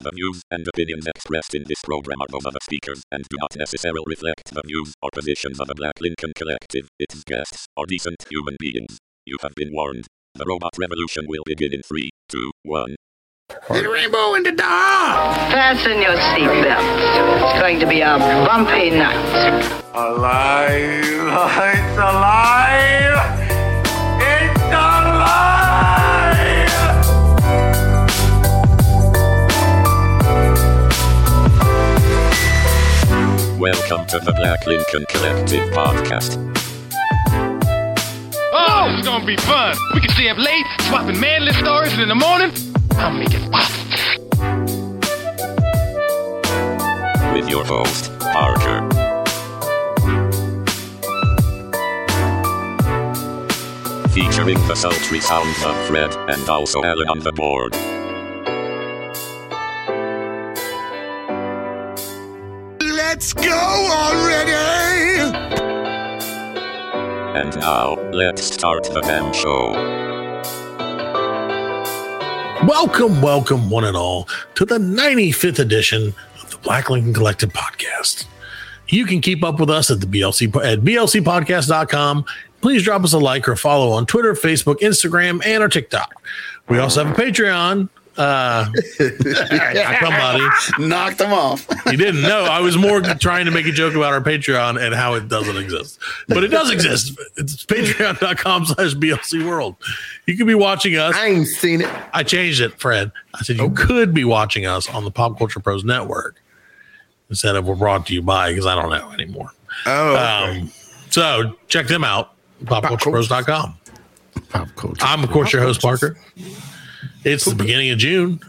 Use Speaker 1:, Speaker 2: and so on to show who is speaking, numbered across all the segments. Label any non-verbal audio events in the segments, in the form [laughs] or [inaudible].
Speaker 1: The views and opinions expressed in this program are those of the speakers and do not necessarily reflect the views or positions of the Black Lincoln Collective, its guests, or decent human beings. You have been warned. The robot revolution will begin in 3, 2, 1.
Speaker 2: The rainbow in the dark!
Speaker 3: Fasten your seatbelts. It's going to be a bumpy night.
Speaker 4: Alive! It's alive! It's alive!
Speaker 1: Welcome to the Black Lincoln Collective podcast.
Speaker 5: Oh, it's gonna be fun. We can stay up late, swapping manly stories, and in the morning, I'll make it pop.
Speaker 1: with your host, Parker. Featuring the sultry sounds of Fred and also Alan on the board.
Speaker 2: Let's go already!
Speaker 1: And now, let's start the damn show.
Speaker 6: Welcome, welcome, one and all, to the 95th edition of the Black Lincoln Collective podcast. You can keep up with us at the BLC po- at blcpodcast.com. Please drop us a like or follow on Twitter, Facebook, Instagram, and our TikTok. We also have a Patreon. Uh, [laughs] somebody
Speaker 2: Knocked them off.
Speaker 6: you didn't know. I was more trying to make a joke about our Patreon and how it doesn't exist. But it does exist. It's patreon.com slash BLC World. You can be watching us.
Speaker 7: I ain't seen it. Oh.
Speaker 6: I changed it, Fred. I said you could be watching us on the Pop Culture Pros Network instead of we're brought to you by because I don't know anymore.
Speaker 7: Oh,
Speaker 6: Um, so check them out, popculturepros.com.
Speaker 7: pop culture.
Speaker 6: I'm of course your host Parker. It's the beginning of June,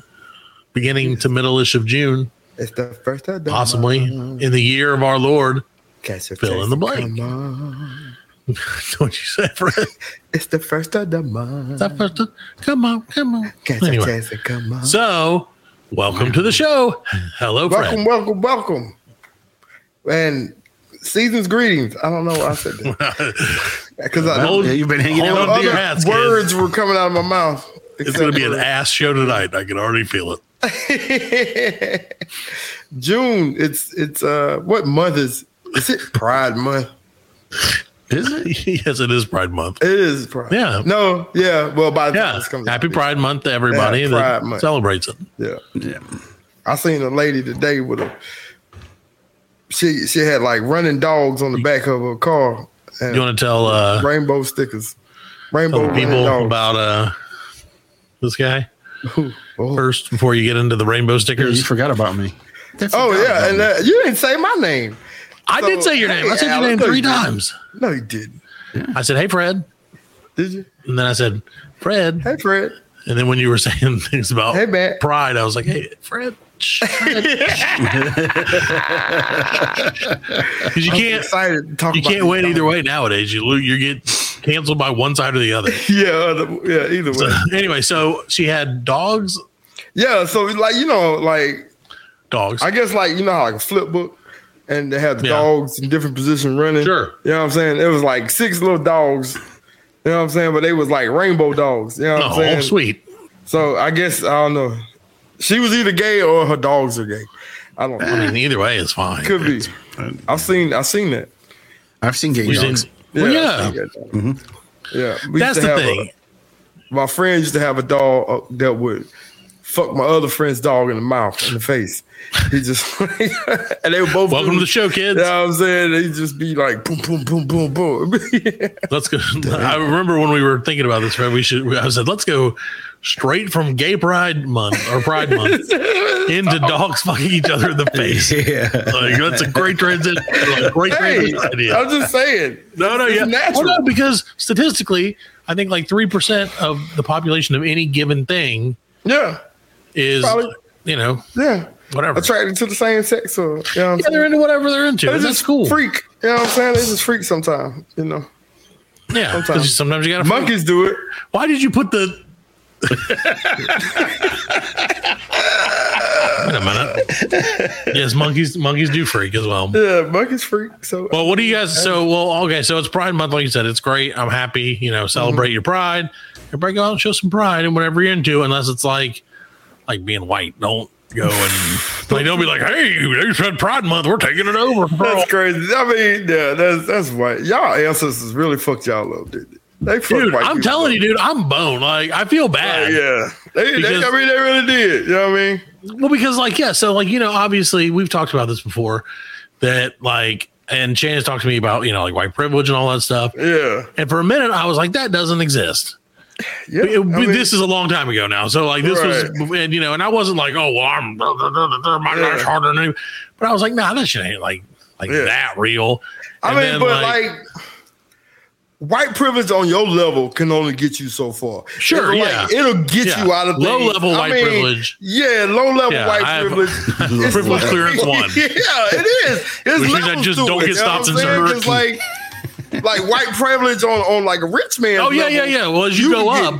Speaker 6: beginning to middle-ish of June,
Speaker 7: It's the first time.
Speaker 6: possibly in the year of our Lord. [laughs]
Speaker 7: Fill
Speaker 6: Fill in the blank. what you say, Fred?
Speaker 7: It's the first of the month.
Speaker 6: That first- Come on, come on.
Speaker 7: Catch a
Speaker 6: Anyway,
Speaker 7: chance to come on.
Speaker 6: so welcome to the show. Hello, Fred.
Speaker 7: welcome, welcome, welcome. And season's greetings. I don't know why I said that.
Speaker 6: [laughs]
Speaker 7: Because I
Speaker 6: Hold-
Speaker 2: Yeah, you've been hanging
Speaker 6: hold
Speaker 7: all
Speaker 2: out.
Speaker 6: on to
Speaker 7: other
Speaker 6: your hats, kids.
Speaker 7: words were coming out of my mouth.
Speaker 6: It's going to be an ass show tonight. I can already feel it.
Speaker 7: [laughs] June. It's it's uh what month is is it Pride Month?
Speaker 6: Is it? [laughs] yes, it is Pride Month.
Speaker 7: It is Pride.
Speaker 6: Yeah.
Speaker 7: No, yeah. Well by the time
Speaker 6: Yeah.
Speaker 7: this comes out,
Speaker 6: Happy Pride Month to everybody
Speaker 7: Yeah,
Speaker 6: that
Speaker 7: Pride Month.
Speaker 6: celebrates it.
Speaker 7: Yeah. I seen a lady today with a she she had like running dogs on the back of her car and
Speaker 6: You want to tell, uh,
Speaker 7: rainbow stickers.
Speaker 6: tell
Speaker 7: Rainbow
Speaker 6: the
Speaker 7: running
Speaker 6: people
Speaker 7: dogs.
Speaker 6: about uh, this guy
Speaker 7: Oh.
Speaker 6: first before you get into the rainbow stickers?
Speaker 8: You forgot about me.
Speaker 7: Oh yeah, and uh, you didn't say my name.
Speaker 6: I did
Speaker 7: so-
Speaker 6: say your name. I
Speaker 7: Hey,
Speaker 6: said your
Speaker 7: Alan,
Speaker 6: name
Speaker 7: no,
Speaker 6: three
Speaker 7: you didn't.
Speaker 6: times.
Speaker 7: No, you didn't.
Speaker 6: I said, hey, Fred.
Speaker 7: Did you?
Speaker 6: And then I said, Fred.
Speaker 7: Hey Fred.
Speaker 6: And then when you were saying [laughs] things about
Speaker 7: Hey, Matt.
Speaker 6: pride, I was like, hey, Fred.
Speaker 7: [laughs]
Speaker 6: Because you can't
Speaker 7: Excited to talk
Speaker 6: You
Speaker 7: about
Speaker 6: can't
Speaker 7: these
Speaker 6: win either
Speaker 7: dogs.
Speaker 6: way nowadays. You lo- you get canceled by one side or the other. [laughs]
Speaker 7: [laughs] Yeah, other, yeah, either way.
Speaker 6: So, anyway, so she had dogs,
Speaker 7: yeah, so like you know, like
Speaker 6: dogs.
Speaker 7: I guess like you know how like a flip book and they have the
Speaker 6: Yeah.
Speaker 7: dogs in different position running.
Speaker 6: Sure.
Speaker 7: You know what I'm saying? It was like six little dogs. You know what I'm saying? But they was like rainbow dogs. You know what I'm
Speaker 6: oh,
Speaker 7: saying?
Speaker 6: sweet.
Speaker 7: So I guess I don't know. She was either gay or her dogs are gay. I don't
Speaker 6: [clears throat]
Speaker 7: know.
Speaker 6: I mean, either way is fine.
Speaker 7: Could be. I've seen I've seen that.
Speaker 8: I've seen gay
Speaker 6: You
Speaker 8: dogs. [laughs]
Speaker 6: didn't- well,
Speaker 7: I've
Speaker 6: yeah,
Speaker 7: seen that. Yeah. We
Speaker 6: that's the
Speaker 7: used to have
Speaker 6: thing.
Speaker 7: A, my friend used to have a dog uh, that would fuck my other friend's dog in the mouth in the face. He just [laughs] and they were both
Speaker 6: Welcome to the show, kids.
Speaker 7: You know what I'm saying? They just be like boom, boom, boom, boom, boom. [laughs]
Speaker 6: Let's [laughs] go. I remember when we were thinking about this, right? We should. I said, let's go straight from Gay Pride Month or Pride [laughs] Month into dogs fucking each other in the face. Oh. Yeah, like, that's a great transit. a Great
Speaker 7: hey,
Speaker 6: transit idea.
Speaker 7: I'm just saying.
Speaker 6: No, no,
Speaker 7: It's
Speaker 6: yeah.
Speaker 7: natural.
Speaker 6: Well, no, because statistically, I think like three percent of the population of any given thing
Speaker 7: Yeah,
Speaker 6: is,
Speaker 7: Probably.
Speaker 6: you know,
Speaker 7: yeah.
Speaker 6: whatever.
Speaker 7: Attracted to the same sex, or you know what I'm
Speaker 6: Yeah,
Speaker 7: saying?
Speaker 6: they're into whatever they're into.
Speaker 7: It's
Speaker 6: That's
Speaker 7: just
Speaker 6: cool.
Speaker 7: freak. You know what I'm saying? It's just freak sometimes, you know.
Speaker 6: Yeah,
Speaker 7: sometimes.
Speaker 6: because sometimes you got to.
Speaker 7: Monkeys do it.
Speaker 6: Why did you put the? Wait a minute. Yes, monkeys. Monkeys do freak as well.
Speaker 7: Yeah, monkeys freak. So
Speaker 6: Well, what do you guys? So, well, okay. So it's Pride Month, like you said. It's great. I'm happy. You know, celebrate your pride. Everybody go out and show some pride and whatever you're into, unless it's like, like being white. Don't go and like they'll be like, "Hey, they said Pride Month, we're taking it over." Girl.
Speaker 7: That's crazy. I mean, yeah, that's that's why y'all ancestors really fucked y'all up, did they? They fucked
Speaker 6: Dude,
Speaker 7: white
Speaker 6: I'm
Speaker 7: people
Speaker 6: telling you,
Speaker 7: up.
Speaker 6: dude, I'm bone. Like I feel bad.
Speaker 7: Yeah, they, they, I
Speaker 6: Because-
Speaker 7: mean, they really did. You know what I mean?
Speaker 6: Well, because like yeah, so like you know, obviously we've talked about this before that like, and Chance talked to me about you know like white privilege and all that stuff.
Speaker 7: Yeah,
Speaker 6: And for a minute, I was like, that doesn't exist.
Speaker 7: yeah.
Speaker 6: It-
Speaker 7: I mean,
Speaker 6: this is a long time ago now. So like this was, and you know, and I wasn't like, oh well, I'm my
Speaker 7: Yeah.
Speaker 6: life's harder than any-" But I was like, nah, that shit ain't like like
Speaker 7: Yeah.
Speaker 6: that real.
Speaker 7: I
Speaker 6: And
Speaker 7: mean,
Speaker 6: then,
Speaker 7: but like, white privilege on your level can only get you so far.
Speaker 6: Sure,
Speaker 7: It'll,
Speaker 6: yeah.
Speaker 7: like, it'll get
Speaker 6: Yeah.
Speaker 7: you out of
Speaker 6: Low
Speaker 7: things.
Speaker 6: level white privilege.
Speaker 7: Yeah, low level
Speaker 6: Yeah,
Speaker 7: white
Speaker 6: I have- [laughs]
Speaker 7: privilege. It's
Speaker 6: Privilege clearance one.
Speaker 7: [laughs] Yeah, it is. It's
Speaker 6: means I
Speaker 7: levels
Speaker 6: just
Speaker 7: to
Speaker 6: don't
Speaker 7: it,
Speaker 6: get
Speaker 7: you know
Speaker 6: stopped
Speaker 7: what I'm
Speaker 6: in
Speaker 7: saying? 'Cause, Like, like white privilege on on like a rich man.
Speaker 6: Oh, yeah, yeah, yeah. Well, as you go up,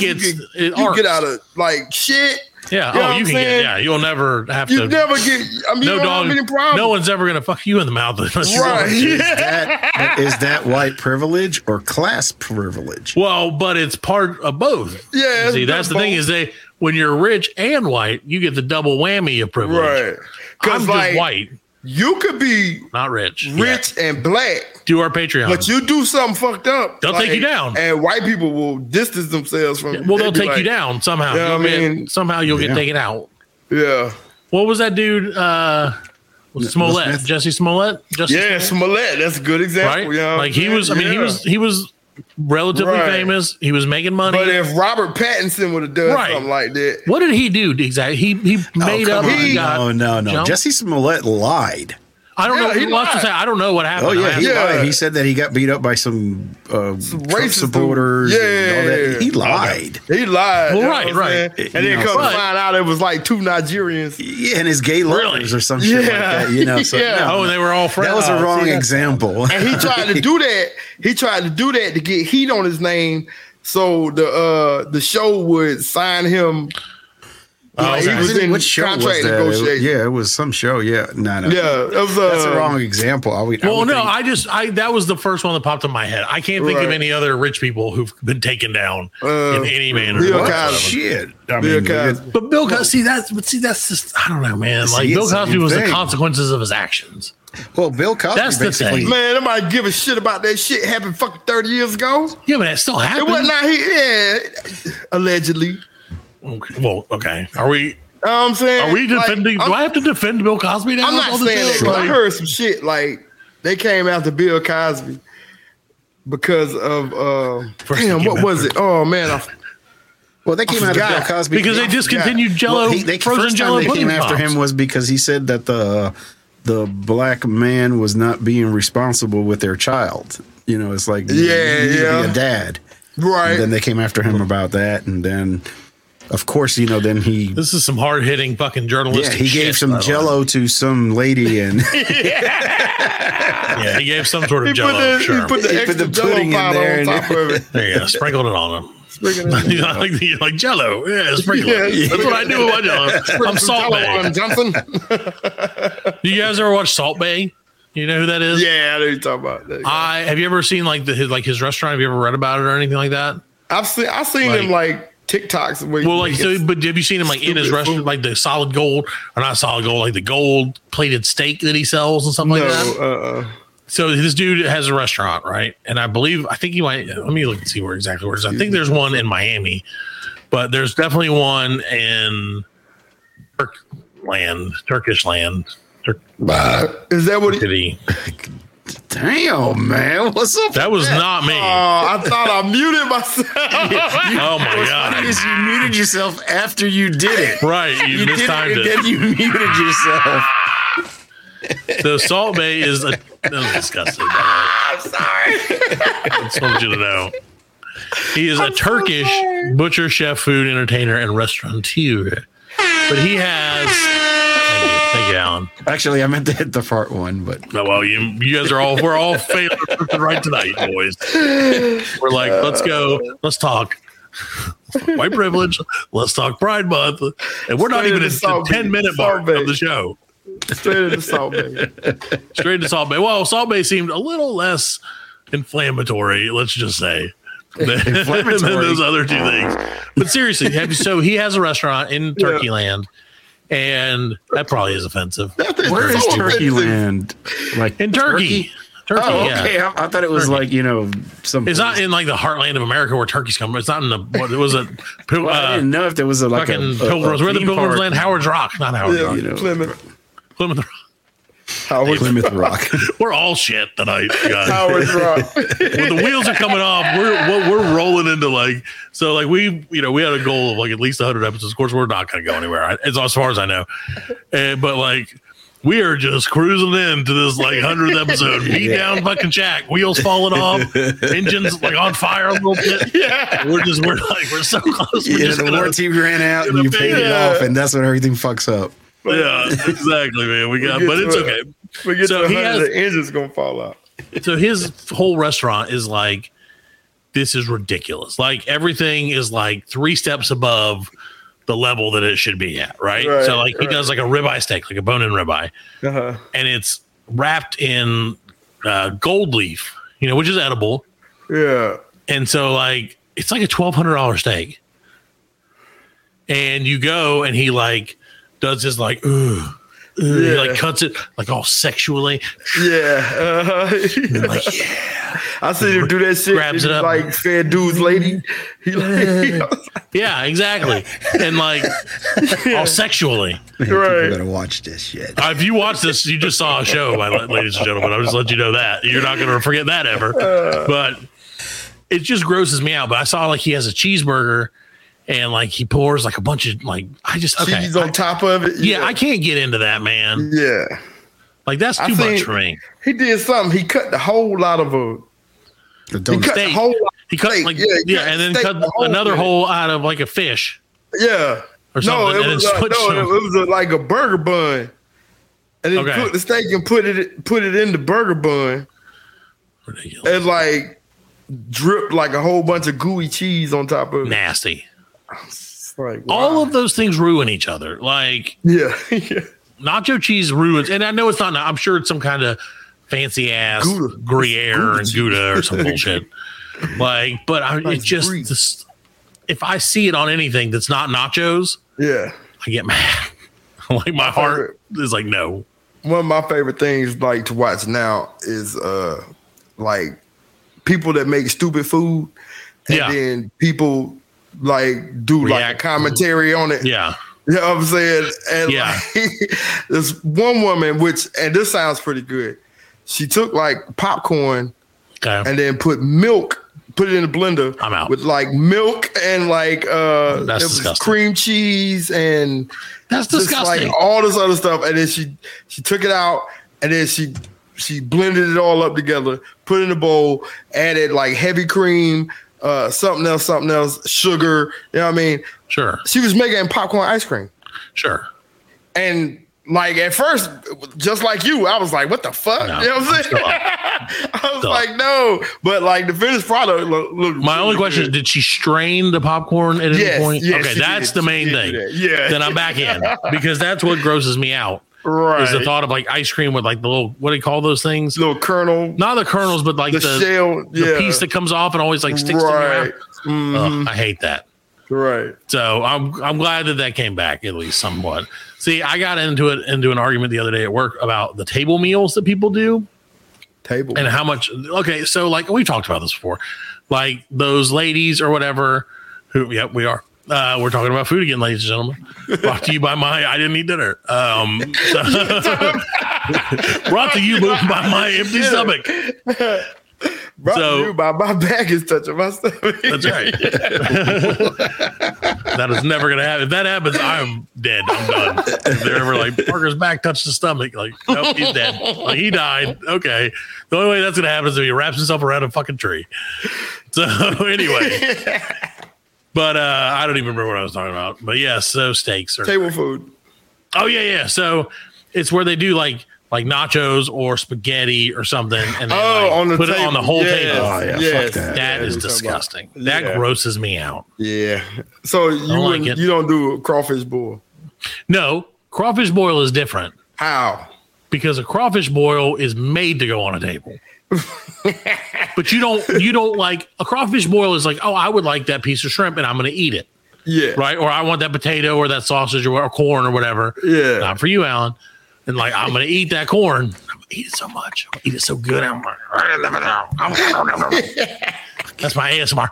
Speaker 6: it gets-
Speaker 7: you, get,
Speaker 6: it
Speaker 7: you
Speaker 6: arcs.
Speaker 7: get out of like shit.
Speaker 6: yeah,
Speaker 7: You know
Speaker 6: oh, you
Speaker 7: what I'm
Speaker 6: can get
Speaker 7: saying?
Speaker 6: yeah, you'll never have
Speaker 7: You
Speaker 6: to.
Speaker 7: never get. I mean, you
Speaker 6: no
Speaker 7: don't
Speaker 6: dog.
Speaker 7: have any problems.
Speaker 6: No one's ever gonna fuck you in the mouth unless you want
Speaker 7: right.
Speaker 6: to.
Speaker 7: Yeah.
Speaker 8: That, is that white privilege or class privilege?
Speaker 6: Well, but it's part of both.
Speaker 7: [laughs] Yeah, it's
Speaker 6: See, that's the
Speaker 7: both.
Speaker 6: thing is they when you're rich and white, you get the double whammy of privilege.
Speaker 7: Right.
Speaker 6: I'm
Speaker 7: Because
Speaker 6: just
Speaker 7: like
Speaker 6: white,
Speaker 7: you could be
Speaker 6: not rich. Yeah.
Speaker 7: rich and black,
Speaker 6: Do our Patreon.
Speaker 7: but you do something fucked up.
Speaker 6: They'll take you down.
Speaker 7: And white people will distance themselves from. you.
Speaker 6: well, they'll
Speaker 7: They be
Speaker 6: take you
Speaker 7: like,
Speaker 6: down somehow.
Speaker 7: Yeah, I
Speaker 6: You'll get-
Speaker 7: mean-
Speaker 6: somehow you'll get
Speaker 8: Yeah.
Speaker 6: taken out.
Speaker 7: Yeah.
Speaker 6: What was that dude? Uh, was it Smollett,
Speaker 8: Smith?
Speaker 6: Jesse Smollett, Jesse
Speaker 7: Yeah, Smollett. That's a
Speaker 6: Smollett,
Speaker 7: good example.
Speaker 6: right?
Speaker 7: you know what
Speaker 6: like
Speaker 7: I'm
Speaker 6: he was. I
Speaker 7: saying?
Speaker 6: mean, he
Speaker 7: Yeah.
Speaker 6: was. He was relatively
Speaker 7: Right.
Speaker 6: famous. He was making money.
Speaker 7: But if Robert Pattinson would have done
Speaker 6: Right.
Speaker 7: something like that,
Speaker 6: what did he do exactly? He he
Speaker 7: Oh,
Speaker 6: made
Speaker 8: Oh, come
Speaker 6: up.
Speaker 8: on.
Speaker 6: he got-
Speaker 8: no, no, no.
Speaker 6: No?
Speaker 8: Jesse Smollett lied.
Speaker 6: I don't
Speaker 7: Yeah,
Speaker 6: know.
Speaker 7: he
Speaker 6: wants to
Speaker 7: lied.
Speaker 6: say I don't know what happened.
Speaker 8: Oh
Speaker 6: I
Speaker 8: yeah,
Speaker 6: haven't-
Speaker 8: he
Speaker 7: Yeah.
Speaker 8: lied. He said that he got beat up by some, uh, Trump
Speaker 7: racist
Speaker 8: supporters.
Speaker 7: dude.
Speaker 8: and all that.
Speaker 7: Yeah.
Speaker 8: he lied.
Speaker 7: he lied.
Speaker 6: Well,
Speaker 7: you know
Speaker 6: right,
Speaker 7: what I'm saying?
Speaker 6: right.
Speaker 7: And
Speaker 8: You
Speaker 7: then
Speaker 8: know,
Speaker 7: come to
Speaker 6: but-
Speaker 7: find out it was like two Nigerians.
Speaker 8: Yeah, and his gay lovers or some shit
Speaker 7: Yeah.
Speaker 8: like that. You know,
Speaker 6: [laughs]
Speaker 8: so
Speaker 7: Yeah.
Speaker 8: no,
Speaker 6: Oh, they were all friends.
Speaker 8: that was
Speaker 6: Oh,
Speaker 8: a
Speaker 6: see,
Speaker 8: wrong
Speaker 6: that's- [laughs]
Speaker 8: example. [laughs]
Speaker 7: And he tried to do that. He tried to do that to get heat on his name, so the uh the show would sign him. Like,
Speaker 6: okay.
Speaker 7: He was in
Speaker 8: What show was
Speaker 7: contract
Speaker 8: that? It-
Speaker 7: negotiations.
Speaker 8: yeah, it was some show. Yeah, no, no.
Speaker 7: Yeah, that was,
Speaker 8: that's
Speaker 7: uh,
Speaker 8: a wrong example. I would, I
Speaker 6: Well,
Speaker 8: would
Speaker 6: no,
Speaker 8: think-
Speaker 6: I just I that was the first one that popped in my head. I can't think of
Speaker 7: Right. Uh,
Speaker 6: any other rich people who've been taken down in any manner.
Speaker 7: Bill
Speaker 6: whatsoever.
Speaker 7: Cosby.
Speaker 8: shit. I
Speaker 7: Bill
Speaker 8: mean,
Speaker 7: Cosby.
Speaker 6: But Bill Cosby, see that's but see that's just I don't know, man.
Speaker 8: See,
Speaker 6: Like Bill
Speaker 8: it's the
Speaker 6: Cosby was the
Speaker 8: thing.
Speaker 6: consequences of his actions.
Speaker 8: well, Bill Cosby
Speaker 6: That's the
Speaker 8: basically.
Speaker 6: thing.
Speaker 7: Man, nobody give a shit about that shit happened fucking 30 years ago.
Speaker 6: Yeah, but that still
Speaker 7: It
Speaker 6: happened.
Speaker 7: wasn't
Speaker 8: Mm-hmm.
Speaker 7: out here, yeah, allegedly. You
Speaker 6: okay. Well, okay. Are we
Speaker 7: know what I'm saying?
Speaker 6: are we
Speaker 7: Like,
Speaker 6: defending?
Speaker 7: I'm,
Speaker 6: do I have to defend Bill Cosby now?
Speaker 7: I'm not
Speaker 6: All this
Speaker 7: saying that,
Speaker 6: shit?
Speaker 7: but I
Speaker 6: Like,
Speaker 7: heard some shit like they came after Bill Cosby because of uh
Speaker 6: First
Speaker 7: damn,
Speaker 6: they
Speaker 7: what
Speaker 6: came
Speaker 7: was it? Oh man, I,
Speaker 8: Well, they came
Speaker 7: I
Speaker 8: out
Speaker 7: forgot.
Speaker 8: of Bill Cosby
Speaker 6: because they discontinued Jello,
Speaker 8: Well, he- they,
Speaker 6: frozen
Speaker 8: first time
Speaker 6: Jello
Speaker 8: they
Speaker 6: pudding
Speaker 8: came after
Speaker 6: pops.
Speaker 8: him was because he said that the the black man was not being responsible with their child. You know, it's like you-
Speaker 7: Yeah,
Speaker 8: you need to be
Speaker 7: yeah.
Speaker 8: a dad.
Speaker 7: right.
Speaker 8: And then they came after him about that, and then of course, you know, then he.
Speaker 6: This is some hard hitting fucking
Speaker 8: Yeah,
Speaker 6: journalistic.
Speaker 8: he
Speaker 6: shit,
Speaker 8: gave
Speaker 6: by
Speaker 8: some
Speaker 6: the way.
Speaker 8: jello to some lady and [laughs]
Speaker 6: Yeah, he gave some sort
Speaker 7: he
Speaker 6: of
Speaker 7: put,
Speaker 6: jello.
Speaker 7: the,
Speaker 6: sure.
Speaker 7: [laughs] he put the
Speaker 8: He put
Speaker 7: extra
Speaker 8: the
Speaker 7: jello
Speaker 8: pudding in
Speaker 7: powder
Speaker 8: there
Speaker 7: on
Speaker 8: and-
Speaker 7: top of
Speaker 8: [laughs]
Speaker 7: it.
Speaker 6: there you go. Sprinkled it on him. You know, [laughs] like, you like jello. Yeah, sprinkle it.
Speaker 7: Yeah.
Speaker 6: That's what I do with my
Speaker 7: [laughs]
Speaker 6: jello. I'm Salt
Speaker 7: Jello
Speaker 6: Bay.
Speaker 7: on Johnson.
Speaker 6: Do you guys ever watch Salt Bay? You know who that is?
Speaker 7: [laughs] yeah, I know you talking about that.
Speaker 6: I have you ever seen like the his like his restaurant? Have you ever read about it or anything like that?
Speaker 7: I've seen I seen him like TikToks where
Speaker 6: Well, like so, but have you seen him like in his
Speaker 7: Stupid
Speaker 6: restaurant,
Speaker 7: food.
Speaker 6: like the solid gold or not solid gold, like the gold plated steak that he sells and something
Speaker 7: no,
Speaker 6: like that?
Speaker 7: uh, uh,
Speaker 6: So this dude has a restaurant, right? And I believe I think he might. Let me look and see where exactly where it is. I think there's one in Miami, but there's definitely one in Turk land, Turkish land, Turk
Speaker 7: is that what? He, oh,
Speaker 6: city.
Speaker 8: damn man, what's up?
Speaker 6: [laughs] That was not me.
Speaker 7: uh, I thought I muted myself.
Speaker 6: oh my
Speaker 8: Funny
Speaker 6: god!
Speaker 8: is you muted yourself after you did it.
Speaker 6: Right, you,
Speaker 8: You did
Speaker 6: mistimed
Speaker 8: it, and
Speaker 6: it.
Speaker 8: then you [laughs] muted yourself.
Speaker 6: The Salt Bay is a, that was disgusting. I'm sorry. I just wanted you to know. He is a Turkish butcher, chef, food entertainer, and restaurateur. But he has. Thank you, thank you Alan.
Speaker 8: Actually, I meant to hit the part one, but
Speaker 6: No, Oh, well, you, you guys are all we're all failing right tonight, boys. We're like, let's go, let's talk. White privilege. Let's talk Pride Month, and we're not
Speaker 7: Straight
Speaker 6: even at
Speaker 7: into
Speaker 6: the
Speaker 7: Salt Bay.
Speaker 6: ten minute mark
Speaker 7: Salt Bay.
Speaker 6: of the show.
Speaker 7: [laughs] Straight into salt, man.
Speaker 6: straight into Salt Bay. Well, Salt Bay seemed a little less inflammatory, let's just say. than [laughs] than
Speaker 8: Inflammatory.
Speaker 6: those other two things. But seriously, have you, so he has a restaurant in Turkey land and that probably is offensive.
Speaker 8: Where is Turkey land? Like
Speaker 6: In Turkey, Turkey,
Speaker 8: Oh,
Speaker 6: yeah.
Speaker 8: okay. I, I thought it was like you know some.
Speaker 6: It's not in like the heartland of America where turkeys come. from. It's not in the what was it? Pil-
Speaker 8: Well, I
Speaker 6: uh,
Speaker 8: didn't know if there was a like a,
Speaker 6: fucking
Speaker 8: a, a
Speaker 6: pilgrims. Where the
Speaker 8: theme
Speaker 6: pilgrims
Speaker 8: park.
Speaker 6: land? Howard's Rock, not Howard's
Speaker 7: Yeah,
Speaker 6: Rock.
Speaker 7: you know, Plymouth.
Speaker 6: Plymouth. Rock. [laughs]
Speaker 7: Howard,
Speaker 8: Plymouth Rock.
Speaker 6: We're all shit tonight, guys.
Speaker 7: Howard Rock.
Speaker 6: when the wheels are coming off, we're we're- we're rolling into like so like we you know we had a goal of like at least 100 episodes. Of course, we're not going to go anywhere I- as as far as I know, and, but like. We are just cruising into this like hundredth episode. Beat down fucking Jack. Wheels falling off. Engines like on fire a little bit. Yeah. We're just we're like we're so close. We're
Speaker 8: [laughs] yeah,
Speaker 6: just
Speaker 8: the
Speaker 6: gonna-
Speaker 8: warranty ran out and you paid it off, and that's when everything fucks up.
Speaker 6: yeah, exactly, man. We got
Speaker 7: get
Speaker 6: but
Speaker 7: to
Speaker 6: it's
Speaker 7: it.
Speaker 6: okay.
Speaker 7: [laughs] We get
Speaker 6: So
Speaker 7: to
Speaker 6: he
Speaker 7: 100,
Speaker 6: has-
Speaker 7: the engine's gonna fall out.
Speaker 6: so his whole restaurant is like this is ridiculous like everything is like three steps above the level that it should be at right,
Speaker 7: Right,
Speaker 6: so like he
Speaker 7: right.
Speaker 6: does like a ribeye steak like a bone-in ribeye
Speaker 7: Uh-huh.
Speaker 6: and it's wrapped in uh, gold leaf you know which is edible
Speaker 7: Yeah.
Speaker 6: and so like it's like a twelve hundred dollar steak. And you go and he like does his like ooh, ooh, he
Speaker 7: Yeah.
Speaker 6: like cuts it like all sexually
Speaker 7: Yeah. Uh-huh.
Speaker 6: like
Speaker 7: [laughs]
Speaker 6: yeah.
Speaker 7: I seen him do that shit.
Speaker 6: Grabs it
Speaker 7: He
Speaker 6: up.
Speaker 7: Like fed dude's lady. He like, [laughs]
Speaker 6: Yeah, exactly. And like all sexually.
Speaker 9: Man,
Speaker 7: Right.
Speaker 9: People gotta watch this shit.
Speaker 6: Uh, if you watch this, you just saw a show, my la- ladies and gentlemen. I'll just let you know that. You're not going to forget that ever. But it just grosses me out. But I saw like he has a cheeseburger and like he pours like a bunch of like, I just, okay.
Speaker 7: cheese on top of it.
Speaker 6: yeah, I can't get into that, man.
Speaker 7: Yeah.
Speaker 6: Like that's
Speaker 7: I
Speaker 6: too much
Speaker 7: think-
Speaker 6: for me.
Speaker 7: He did something. He cut the whole lot of a.
Speaker 8: The
Speaker 7: He
Speaker 8: donut.
Speaker 7: cut the
Speaker 6: Steak.
Speaker 7: whole lot.
Speaker 6: He cut
Speaker 7: Steak,
Speaker 6: like,
Speaker 7: yeah,
Speaker 6: yeah,
Speaker 7: he cut
Speaker 6: and then
Speaker 7: steak
Speaker 6: cut
Speaker 7: the whole
Speaker 6: another
Speaker 7: thing.
Speaker 6: hole out of like a fish.
Speaker 7: Yeah.
Speaker 6: Or
Speaker 7: No,
Speaker 6: something,
Speaker 7: it
Speaker 6: and
Speaker 7: was,
Speaker 6: then
Speaker 7: uh,
Speaker 6: switch
Speaker 7: no,
Speaker 6: them.
Speaker 7: it was uh, like a burger bun. And then
Speaker 6: Okay.
Speaker 7: cooked the steak and put it put it in the burger bun
Speaker 6: Ridiculous.
Speaker 7: and like dripped like a whole bunch of gooey cheese on top of it.
Speaker 6: Nasty.
Speaker 7: It's Like,
Speaker 6: All of those things ruin each other. Like,
Speaker 7: yeah, [laughs] yeah.
Speaker 6: nacho cheese ruins, and I know it's not. I'm sure it's some kind of fancy ass
Speaker 7: Gouda.
Speaker 6: Gruyere and Gouda or some bullshit. Like, but I, it
Speaker 7: Nice
Speaker 6: just,
Speaker 7: breeze.
Speaker 6: this- if I see it on anything that's not nachos,
Speaker 7: Yeah.
Speaker 6: I get mad. [laughs] like my heart is like, no.
Speaker 7: One of my favorite things like to watch now is uh like people that make stupid food and
Speaker 6: Yeah.
Speaker 7: then people like do like a
Speaker 6: React.
Speaker 7: commentary on it.
Speaker 6: Yeah,
Speaker 7: You know what I'm saying? And
Speaker 6: Yeah.
Speaker 7: like, [laughs] this one woman, which and this sounds pretty good. She took like popcorn
Speaker 6: okay.
Speaker 7: and then put milk, put it in a blender.
Speaker 6: I'm out.
Speaker 7: with like milk and like uh,
Speaker 6: That's
Speaker 7: it was
Speaker 6: disgusting.
Speaker 7: cream cheese and
Speaker 6: that's
Speaker 7: just
Speaker 6: disgusting.
Speaker 7: like all this other stuff. And then she she took it out and then she she blended it all up together, put it in a bowl, added like heavy cream, uh, something else, something else, sugar. You know what I mean?
Speaker 6: sure,
Speaker 7: She was making popcorn ice cream.
Speaker 6: sure.
Speaker 7: And like at first, just like you, I was like, "What the fuck?"
Speaker 6: No,
Speaker 7: you know what I'm saying? [laughs] I was
Speaker 6: Still up.
Speaker 7: like, "No," but like the finished product look. look
Speaker 6: My only
Speaker 7: really
Speaker 6: question is,
Speaker 7: good.
Speaker 6: did she strain the popcorn at any
Speaker 7: Yes,
Speaker 6: point?
Speaker 7: yes,
Speaker 6: okay,
Speaker 7: she
Speaker 6: that's
Speaker 7: did.
Speaker 6: the
Speaker 7: She
Speaker 6: main
Speaker 7: did
Speaker 6: thing.
Speaker 7: that. Yeah.
Speaker 6: then I'm back in because that's what grosses me out.
Speaker 7: right?
Speaker 6: Is the thought of like ice cream with like the little what do you call those things?
Speaker 7: little kernel,
Speaker 6: not the kernels, but like
Speaker 7: the,
Speaker 6: the,
Speaker 7: shell,
Speaker 6: the
Speaker 7: yeah,
Speaker 6: piece that comes off and always like sticks
Speaker 7: right, Mm-hmm.
Speaker 6: to your mouth. Ugh, I hate that.
Speaker 7: right.
Speaker 6: So I'm I'm glad that that came back at least somewhat. See, I got into it into an argument the other day at work about the table meals that people do
Speaker 7: Table.
Speaker 6: and how much. Okay, so like we talked about this before, like those ladies or whatever. Who? Yep, we are. Uh, we're talking about food again, ladies and gentlemen. Brought to you by my I didn't eat dinner. Um, [laughs] brought to you by my empty stomach.
Speaker 7: Brought to
Speaker 6: so-
Speaker 7: you by my [laughs] back is touching my stomach. [laughs]
Speaker 6: That's right. that is never gonna happen. If that happens, I'm dead. I'm done. If they're ever like Parker's back touched his stomach, like nope, he's dead. Like he died. Okay. The only way that's gonna happen is if he wraps himself around a fucking tree. So [laughs] anyway. But uh, I don't even remember what I was talking about. But yeah, so steaks are
Speaker 7: Table food.
Speaker 6: Oh yeah, yeah. So it's where they do like like nachos or spaghetti or something, and they
Speaker 7: Oh,
Speaker 6: like,
Speaker 7: on the
Speaker 6: put
Speaker 7: table.
Speaker 6: it on the whole
Speaker 7: Yes,
Speaker 6: table.
Speaker 8: Oh, yeah, fuck
Speaker 7: yes.
Speaker 8: that.
Speaker 6: That is
Speaker 7: we're talking about-
Speaker 6: disgusting. That
Speaker 7: Yeah.
Speaker 6: grosses me out.
Speaker 7: Yeah. So you
Speaker 6: like
Speaker 7: wouldn't-
Speaker 6: it.
Speaker 7: you don't do crawfish boil.
Speaker 6: No, crawfish boil is different
Speaker 7: How?
Speaker 6: because a crawfish boil is made to go on a table. but you don't you don't like a crawfish boil is like, "Oh, I would like that piece of shrimp and I'm going to eat it."
Speaker 7: Yeah.
Speaker 6: right? Or I want that potato or that sausage or, or corn or whatever.
Speaker 7: Yeah.
Speaker 6: Not for you, Alan. And like, I'm going to eat that corn. I'm going to eat it so much. I'm going to eat it so good. [laughs] I'm gonna- That's my ASMR.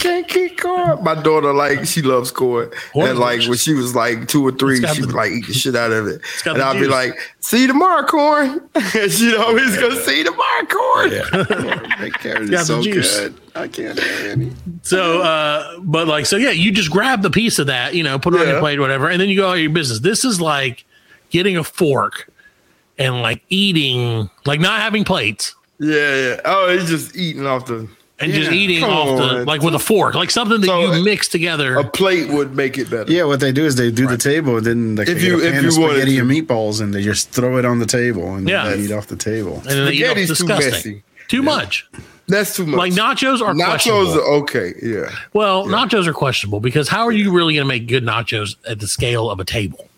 Speaker 7: Can't keep corn. My daughter, like, she loves corn.
Speaker 6: Corn
Speaker 7: and like
Speaker 6: delicious.
Speaker 7: when she was like two or three,
Speaker 6: got
Speaker 7: she
Speaker 6: the-
Speaker 7: would like eat the shit out of it.
Speaker 6: got
Speaker 7: And
Speaker 6: the
Speaker 7: I'd be
Speaker 6: juice.
Speaker 7: like, see you tomorrow, corn. [laughs] And she'd always go, see you tomorrow, corn. [laughs]
Speaker 8: That
Speaker 6: Got
Speaker 8: carrot
Speaker 6: the
Speaker 8: is so
Speaker 6: juice.
Speaker 8: good. I can't have any.
Speaker 6: So, uh, but like, so yeah, you just grab the piece of that, you know, put it on your
Speaker 7: Yeah.
Speaker 6: plate, or whatever, and then you go out your business. This is like getting a fork and like eating, like not having plates
Speaker 7: Yeah, yeah. Oh, it's just eating off the
Speaker 6: and just
Speaker 8: Yeah,
Speaker 6: eating
Speaker 7: come
Speaker 6: off the
Speaker 7: on.
Speaker 6: like with a fork, like something that
Speaker 7: So, uh,
Speaker 6: you mix together.
Speaker 7: a plate would make it better.
Speaker 8: Yeah, what they do is they do the table, and then they
Speaker 7: If
Speaker 8: get
Speaker 7: you-
Speaker 8: a
Speaker 7: if
Speaker 8: pan
Speaker 7: you
Speaker 8: of
Speaker 7: wanted
Speaker 8: spaghetti
Speaker 7: to.
Speaker 8: and meatballs, and they just throw it on the table and
Speaker 6: Yeah.
Speaker 8: yeah. eat off the table.
Speaker 6: and then they eat off
Speaker 7: Spaghetti's too
Speaker 6: disgusting.
Speaker 7: messy.
Speaker 6: Too much.
Speaker 7: That's too much.
Speaker 6: Like nachos are
Speaker 7: nachos
Speaker 6: questionable.
Speaker 7: are okay. Yeah.
Speaker 6: well, nachos are questionable because how are you really going to make good nachos at the scale of a table?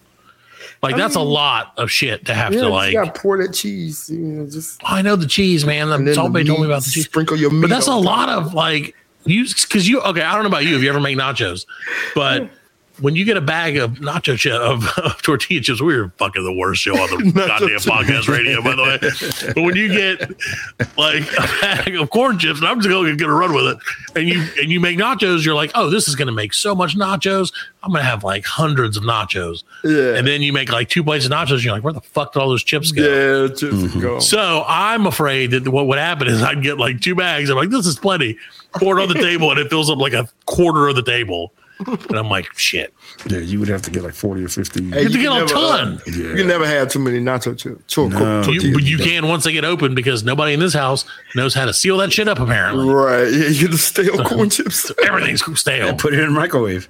Speaker 6: Like that's a lot of shit to have
Speaker 7: Yeah,
Speaker 6: to
Speaker 7: you
Speaker 6: like. "Oh,
Speaker 7: gotta pour that cheese. You know, just
Speaker 6: I know the cheese, man. The
Speaker 7: and then
Speaker 6: salt
Speaker 7: the
Speaker 6: bay told me
Speaker 7: meat,
Speaker 6: about the cheese.
Speaker 7: Sprinkle your meat.
Speaker 6: But that's a
Speaker 7: on top.
Speaker 6: lot of like you because you okay. I don't know about you if you ever make nachos, but when you get a bag of nacho chip of, of tortilla chips, we were fucking the worst show on the
Speaker 7: [laughs]
Speaker 6: goddamn podcast radio, by the way. But when you get like a bag of corn chips, and I'm just going to get a run with it, and you and you make nachos, you're like, oh, this is going to make so much nachos. I'm going to have like hundreds of nachos,
Speaker 7: Yeah.
Speaker 6: and then you make like two plates of nachos, and you're like, where the fuck did all those chips go?
Speaker 7: Yeah, chips go.
Speaker 6: So I'm afraid that what would happen is I'd get like two bags. I'm like, this is plenty. Pour it on the table, and it fills up like a quarter of the table. And I'm like, shit.
Speaker 8: Yeah, you would have to get like forty or fifty.
Speaker 7: Hey,
Speaker 6: You have to
Speaker 7: can
Speaker 6: get a
Speaker 7: never, uh,
Speaker 6: ton.
Speaker 7: You can never have too many nacho chips. Cho-
Speaker 8: No.
Speaker 7: tortillas.
Speaker 6: You, but you can once they get open because nobody in this house knows how to seal that shit up. Apparently,
Speaker 7: Right. Yeah, you get
Speaker 6: [laughs]
Speaker 7: the stale corn chips.
Speaker 6: everything's stale.
Speaker 8: Put it in the microwave.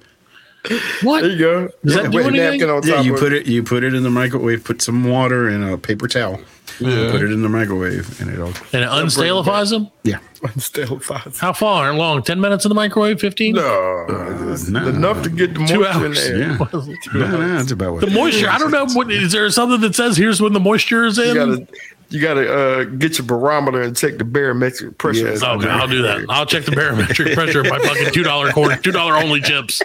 Speaker 6: What?
Speaker 7: There you go.
Speaker 6: Does that do
Speaker 7: With a
Speaker 6: anything?
Speaker 7: napkin on top
Speaker 8: Yeah, you
Speaker 7: of
Speaker 8: put it. You put it in the microwave. Put some water in a paper towel. Put it in the microwave, and it'll.
Speaker 6: And it unstalefies them?
Speaker 8: Yeah.
Speaker 7: [laughs] stale fries.
Speaker 6: How far and long? Ten minutes in the microwave? Fifteen?
Speaker 7: No.
Speaker 8: Uh,
Speaker 7: it's
Speaker 8: no.
Speaker 7: Enough to get the
Speaker 6: Two
Speaker 7: moisture in
Speaker 6: hours.
Speaker 7: there.
Speaker 6: [laughs]
Speaker 8: Yeah. No, no, that's about what
Speaker 6: The
Speaker 8: it
Speaker 6: moisture. I
Speaker 8: is.
Speaker 6: don't know. What, is there something that says here's when the moisture is
Speaker 7: You
Speaker 6: in?
Speaker 7: gotta you gotta uh, get your barometer and check the barometric pressure.
Speaker 8: Yes.
Speaker 6: Okay, I'll do that. I'll check the
Speaker 7: [laughs]
Speaker 6: barometric pressure of my fucking two dollar corn, two dollar only chips.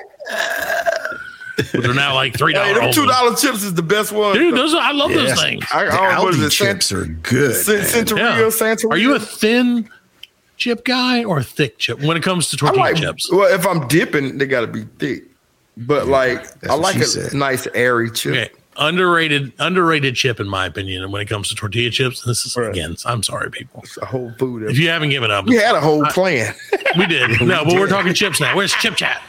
Speaker 6: But they're now like three
Speaker 7: Hey,
Speaker 6: dollar.
Speaker 7: them two dollar chips is the best one.
Speaker 6: Dude, those are, I love
Speaker 8: Yes.
Speaker 6: those things.
Speaker 7: I,
Speaker 8: The
Speaker 7: I don't what is
Speaker 8: Aldi
Speaker 7: it, San-
Speaker 8: chips are good.
Speaker 7: San-
Speaker 8: man.
Speaker 7: Santorio,
Speaker 6: Yeah.
Speaker 7: Santorio.
Speaker 6: Are you a thin chip guy or a thick chip when it comes to
Speaker 7: I
Speaker 6: tortilla
Speaker 7: like
Speaker 6: chips?
Speaker 7: Well, if I'm dipping, they gotta be thick. But like, I
Speaker 8: what
Speaker 7: like
Speaker 8: she
Speaker 7: a
Speaker 8: said.
Speaker 7: nice airy chip.
Speaker 6: Okay, underrated, underrated chip in my opinion. And when it comes to tortilla chips, this is
Speaker 7: Right.
Speaker 6: again, I'm sorry, people.
Speaker 7: It's a whole food.
Speaker 6: If you haven't given up,
Speaker 7: we had a whole plan.
Speaker 6: we
Speaker 7: [laughs]
Speaker 6: did. No, but we're talking chips now. Where's chip chat?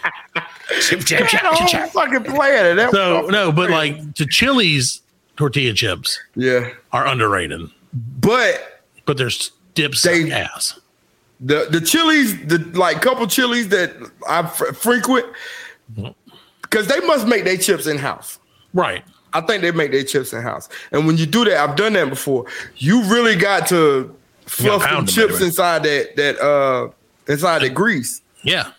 Speaker 6: Chip chat. Chip chat.
Speaker 7: had a
Speaker 6: Chip [laughs]
Speaker 7: whole
Speaker 6: chat.
Speaker 7: fucking plan. And that
Speaker 6: So
Speaker 7: was-
Speaker 6: no, but like to Chili's tortilla chips
Speaker 7: yeah,
Speaker 6: are underrated.
Speaker 7: but
Speaker 6: but there's dips
Speaker 7: They-
Speaker 6: suck ass.
Speaker 7: The the chilies, the like couple chilies that I fr- frequent, because they must make their chips in house.
Speaker 6: Right.
Speaker 7: I think they make their chips in house. And when you do that, I've done that before. You really got to fluff them
Speaker 6: pound them,
Speaker 7: chips
Speaker 6: baby.
Speaker 7: inside that that uh inside the grease.
Speaker 6: Yeah.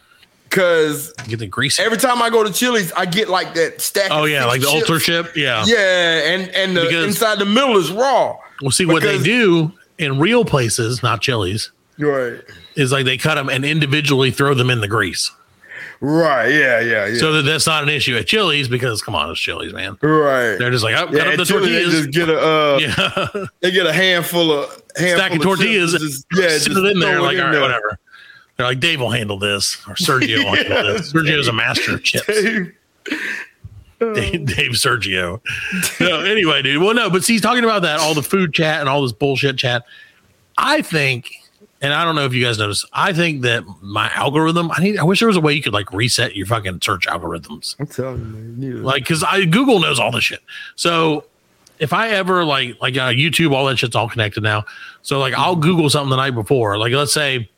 Speaker 7: Cause
Speaker 6: Get the grease.
Speaker 7: every time I go to Chili's, I get like that stack. of
Speaker 6: oh yeah,
Speaker 7: six
Speaker 6: like the
Speaker 7: chips.
Speaker 6: ultra chip. Yeah.
Speaker 7: Yeah, and and the,
Speaker 6: Because-
Speaker 7: inside the middle is raw.
Speaker 6: Well, see what they
Speaker 7: Because-
Speaker 6: do in real places, not Chili's,
Speaker 7: Right.
Speaker 6: is like they cut them and individually throw them in the grease,
Speaker 7: Right. Yeah. Yeah. Yeah.
Speaker 6: so that that's not an issue at Chili's because come on, it's Chili's, man.
Speaker 7: right.
Speaker 6: They're just like, oh, cut
Speaker 7: yeah,
Speaker 6: up the
Speaker 7: at Chili's, they
Speaker 6: tortillas.
Speaker 7: just get a uh,
Speaker 6: [laughs] yeah,
Speaker 7: They get a handful of handful
Speaker 6: stack of tortillas.
Speaker 7: chips and
Speaker 6: Just,
Speaker 7: yeah,
Speaker 6: sit it in there
Speaker 7: throw it
Speaker 6: like
Speaker 7: in
Speaker 6: all right,
Speaker 7: there.
Speaker 6: whatever. They're like, Dave will handle this, or Sergio will handle
Speaker 7: [laughs]
Speaker 6: this. Sergio's a master of chips. Dave, Dave Sergio. No, anyway, dude. Well, no, but see, he's talking about that all the food chat and all this bullshit chat. I think, and I don't know if you guys noticed, I think that my algorithm. I need. I wish there was a way you could like reset your fucking search algorithms,
Speaker 7: I'm telling you, man, you need to-
Speaker 6: like because I Google knows all this shit. So if I ever like like uh, YouTube, all that shit's all connected now. So like I'll Google something the night before. Like let's say.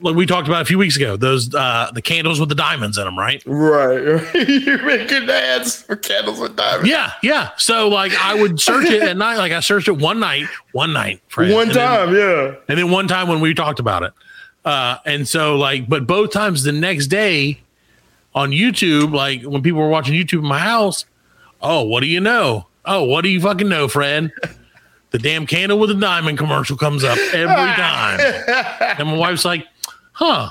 Speaker 6: Like we talked about a few weeks ago, those uh the candles with the diamonds in them, right?
Speaker 7: right. [laughs] You're making ads for candles with diamonds.
Speaker 6: Yeah, yeah. So like I would search it at night. Like I searched it one night, one night, Fred.
Speaker 7: One
Speaker 6: And then-
Speaker 7: time, yeah.
Speaker 6: and then one time when we talked about it. Uh, and so like, but both times the next day on YouTube, like when people were watching YouTube in my house, oh, what do you know? Oh, what do you fucking know, Fred? [laughs] The damn candle with a diamond commercial comes up every time, and my wife's like, "Huh."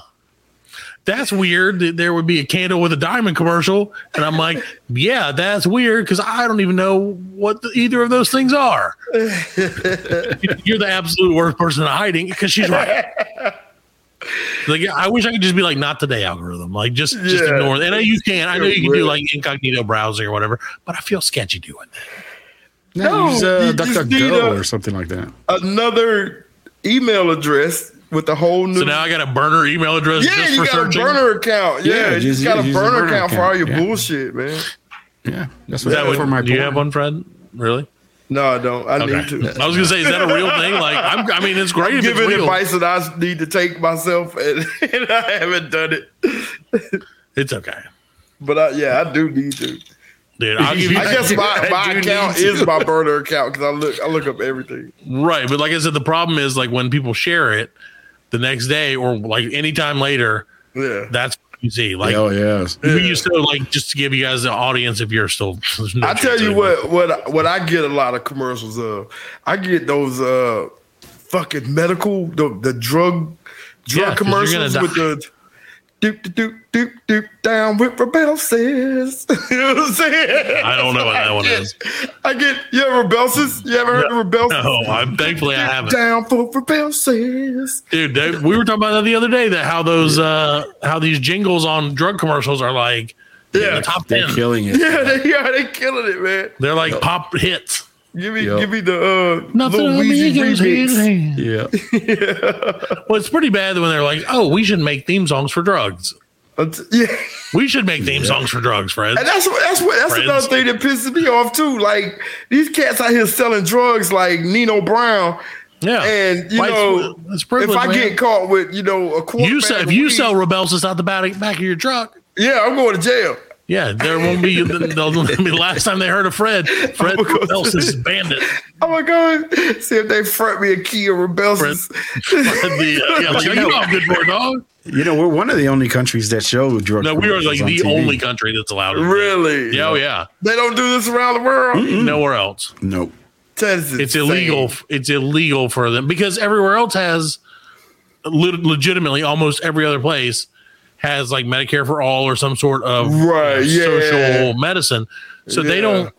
Speaker 6: that's weird that there would be a candle with a diamond commercial. And I'm like, yeah, that's weird because I don't even know what the, either of those things are. You're the absolute worst person at hiding because she's right.
Speaker 7: [laughs]
Speaker 6: Like yeah, I wish I could just be like, not today algorithm. Like just just
Speaker 7: Yeah.
Speaker 6: ignore it. And I know you can. I know you can
Speaker 7: Really?
Speaker 6: do like incognito browsing or whatever, but I feel sketchy doing that.
Speaker 7: No,
Speaker 8: No, use uh,
Speaker 7: you just need
Speaker 8: DuckDuckGo
Speaker 7: a-
Speaker 8: or something like that.
Speaker 7: Another email address with a whole new.
Speaker 6: So now I got a burner email address
Speaker 7: yeah,
Speaker 6: just for
Speaker 7: you got
Speaker 6: searching.
Speaker 7: a burner account. Yeah,
Speaker 8: Yeah,
Speaker 7: you
Speaker 8: just-
Speaker 7: got a
Speaker 8: use a
Speaker 7: burner,
Speaker 8: burner
Speaker 7: account, for all your
Speaker 8: account, yeah.
Speaker 7: bullshit, man.
Speaker 8: Yeah, that's
Speaker 6: Is
Speaker 8: what
Speaker 6: that
Speaker 8: I do
Speaker 6: what,
Speaker 8: for my.
Speaker 6: do you
Speaker 8: porn.
Speaker 6: have one, Fred? Really?
Speaker 7: No, I don't. I
Speaker 6: Okay.
Speaker 7: need to.
Speaker 6: I was gonna say, is that a real thing? Like, I'm, I mean, it's great.
Speaker 7: I'm
Speaker 6: if it's
Speaker 7: giving
Speaker 6: real.
Speaker 7: advice that I need to take myself, and, [laughs] and I haven't done it.
Speaker 6: It's okay,
Speaker 7: But I, yeah, I do need to.
Speaker 6: dude. I'll give [laughs] you
Speaker 7: [laughs] I guess my, my account is my burner account because I look I look up everything.
Speaker 6: right, but like I said, the problem is like when people share it the next day or like anytime later,
Speaker 7: Yeah,
Speaker 6: that's what you see. Like
Speaker 8: Oh yes.
Speaker 6: we used to like just to give you guys the audience if you're still. there's no
Speaker 7: I tell
Speaker 6: chance
Speaker 7: you
Speaker 6: anymore.
Speaker 7: what, what what I get a lot of commercials of. I get those uh fucking medical the the drug drug
Speaker 6: Yeah, 'cause you're gonna
Speaker 7: commercials with
Speaker 6: die.
Speaker 7: the. Doop, doop, doop, doop, down with Rebelsis. [laughs] you know what I'm saying?
Speaker 6: I don't know what that one
Speaker 7: I get- [laughs]
Speaker 6: is.
Speaker 7: I get, you ever Rebelsis? You ever heard of Rebelsis?
Speaker 6: No, I'm thankfully I
Speaker 7: [laughs]
Speaker 6: haven't.
Speaker 7: Down for Rebelsis.
Speaker 6: dude they, we were talking about that the other day that how those uh how these jingles on drug commercials are like yeah the top
Speaker 8: They're
Speaker 6: 10
Speaker 8: killing it.
Speaker 6: [laughs]
Speaker 7: [laughs] Yeah, they are. They killing it, man.
Speaker 6: they're like pop hits
Speaker 7: Give me,
Speaker 8: Yep.
Speaker 7: give me the uh,
Speaker 6: nothing
Speaker 7: little Weezy
Speaker 6: remix.
Speaker 7: remix.
Speaker 8: Yeah.
Speaker 6: well it's pretty bad when they're like oh we should make theme songs for drugs
Speaker 7: That's- Uh, Yeah, [laughs]
Speaker 6: we should make theme songs for drugs friends
Speaker 7: and that's what that's what that's
Speaker 6: Friends.
Speaker 7: another thing that pisses me off too. Like these cats out here selling drugs, like Nino Brown.
Speaker 6: yeah
Speaker 7: And you
Speaker 6: White-
Speaker 7: know,
Speaker 6: it's
Speaker 7: if
Speaker 6: privilege,
Speaker 7: I
Speaker 6: man.
Speaker 7: get caught with you know a quarter,
Speaker 6: you
Speaker 7: bag
Speaker 6: sell
Speaker 7: of
Speaker 6: if you
Speaker 7: weed,
Speaker 6: sell rebelsis out the back, back of your truck
Speaker 7: yeah, I'm going to jail.
Speaker 6: yeah, there won't
Speaker 7: [laughs]
Speaker 6: be. They'll, I mean, last time they heard of Fred, Fred Rebelsis bandit.
Speaker 7: Oh my god! [laughs] See if they front me a key of rebellious.
Speaker 6: The, uh, yeah, like, you know I'm good for it, dog.
Speaker 8: You know, we're one of the only countries that show drug.
Speaker 6: No, we are like
Speaker 8: commercials on
Speaker 6: the
Speaker 8: TV.
Speaker 6: only country that's allowed. it.
Speaker 7: [laughs] Really? Hmm.
Speaker 6: Yeah, oh yeah.
Speaker 7: They don't do this around the world.
Speaker 6: Nowhere else.
Speaker 8: Nope.
Speaker 7: That's
Speaker 6: It's
Speaker 7: insane.
Speaker 6: illegal. It's illegal for them because everywhere else has le- legitimately almost every other place has like Medicare for all or some sort of you know,
Speaker 7: Right, yeah.
Speaker 6: social medicine. So they
Speaker 7: Yeah.
Speaker 6: don't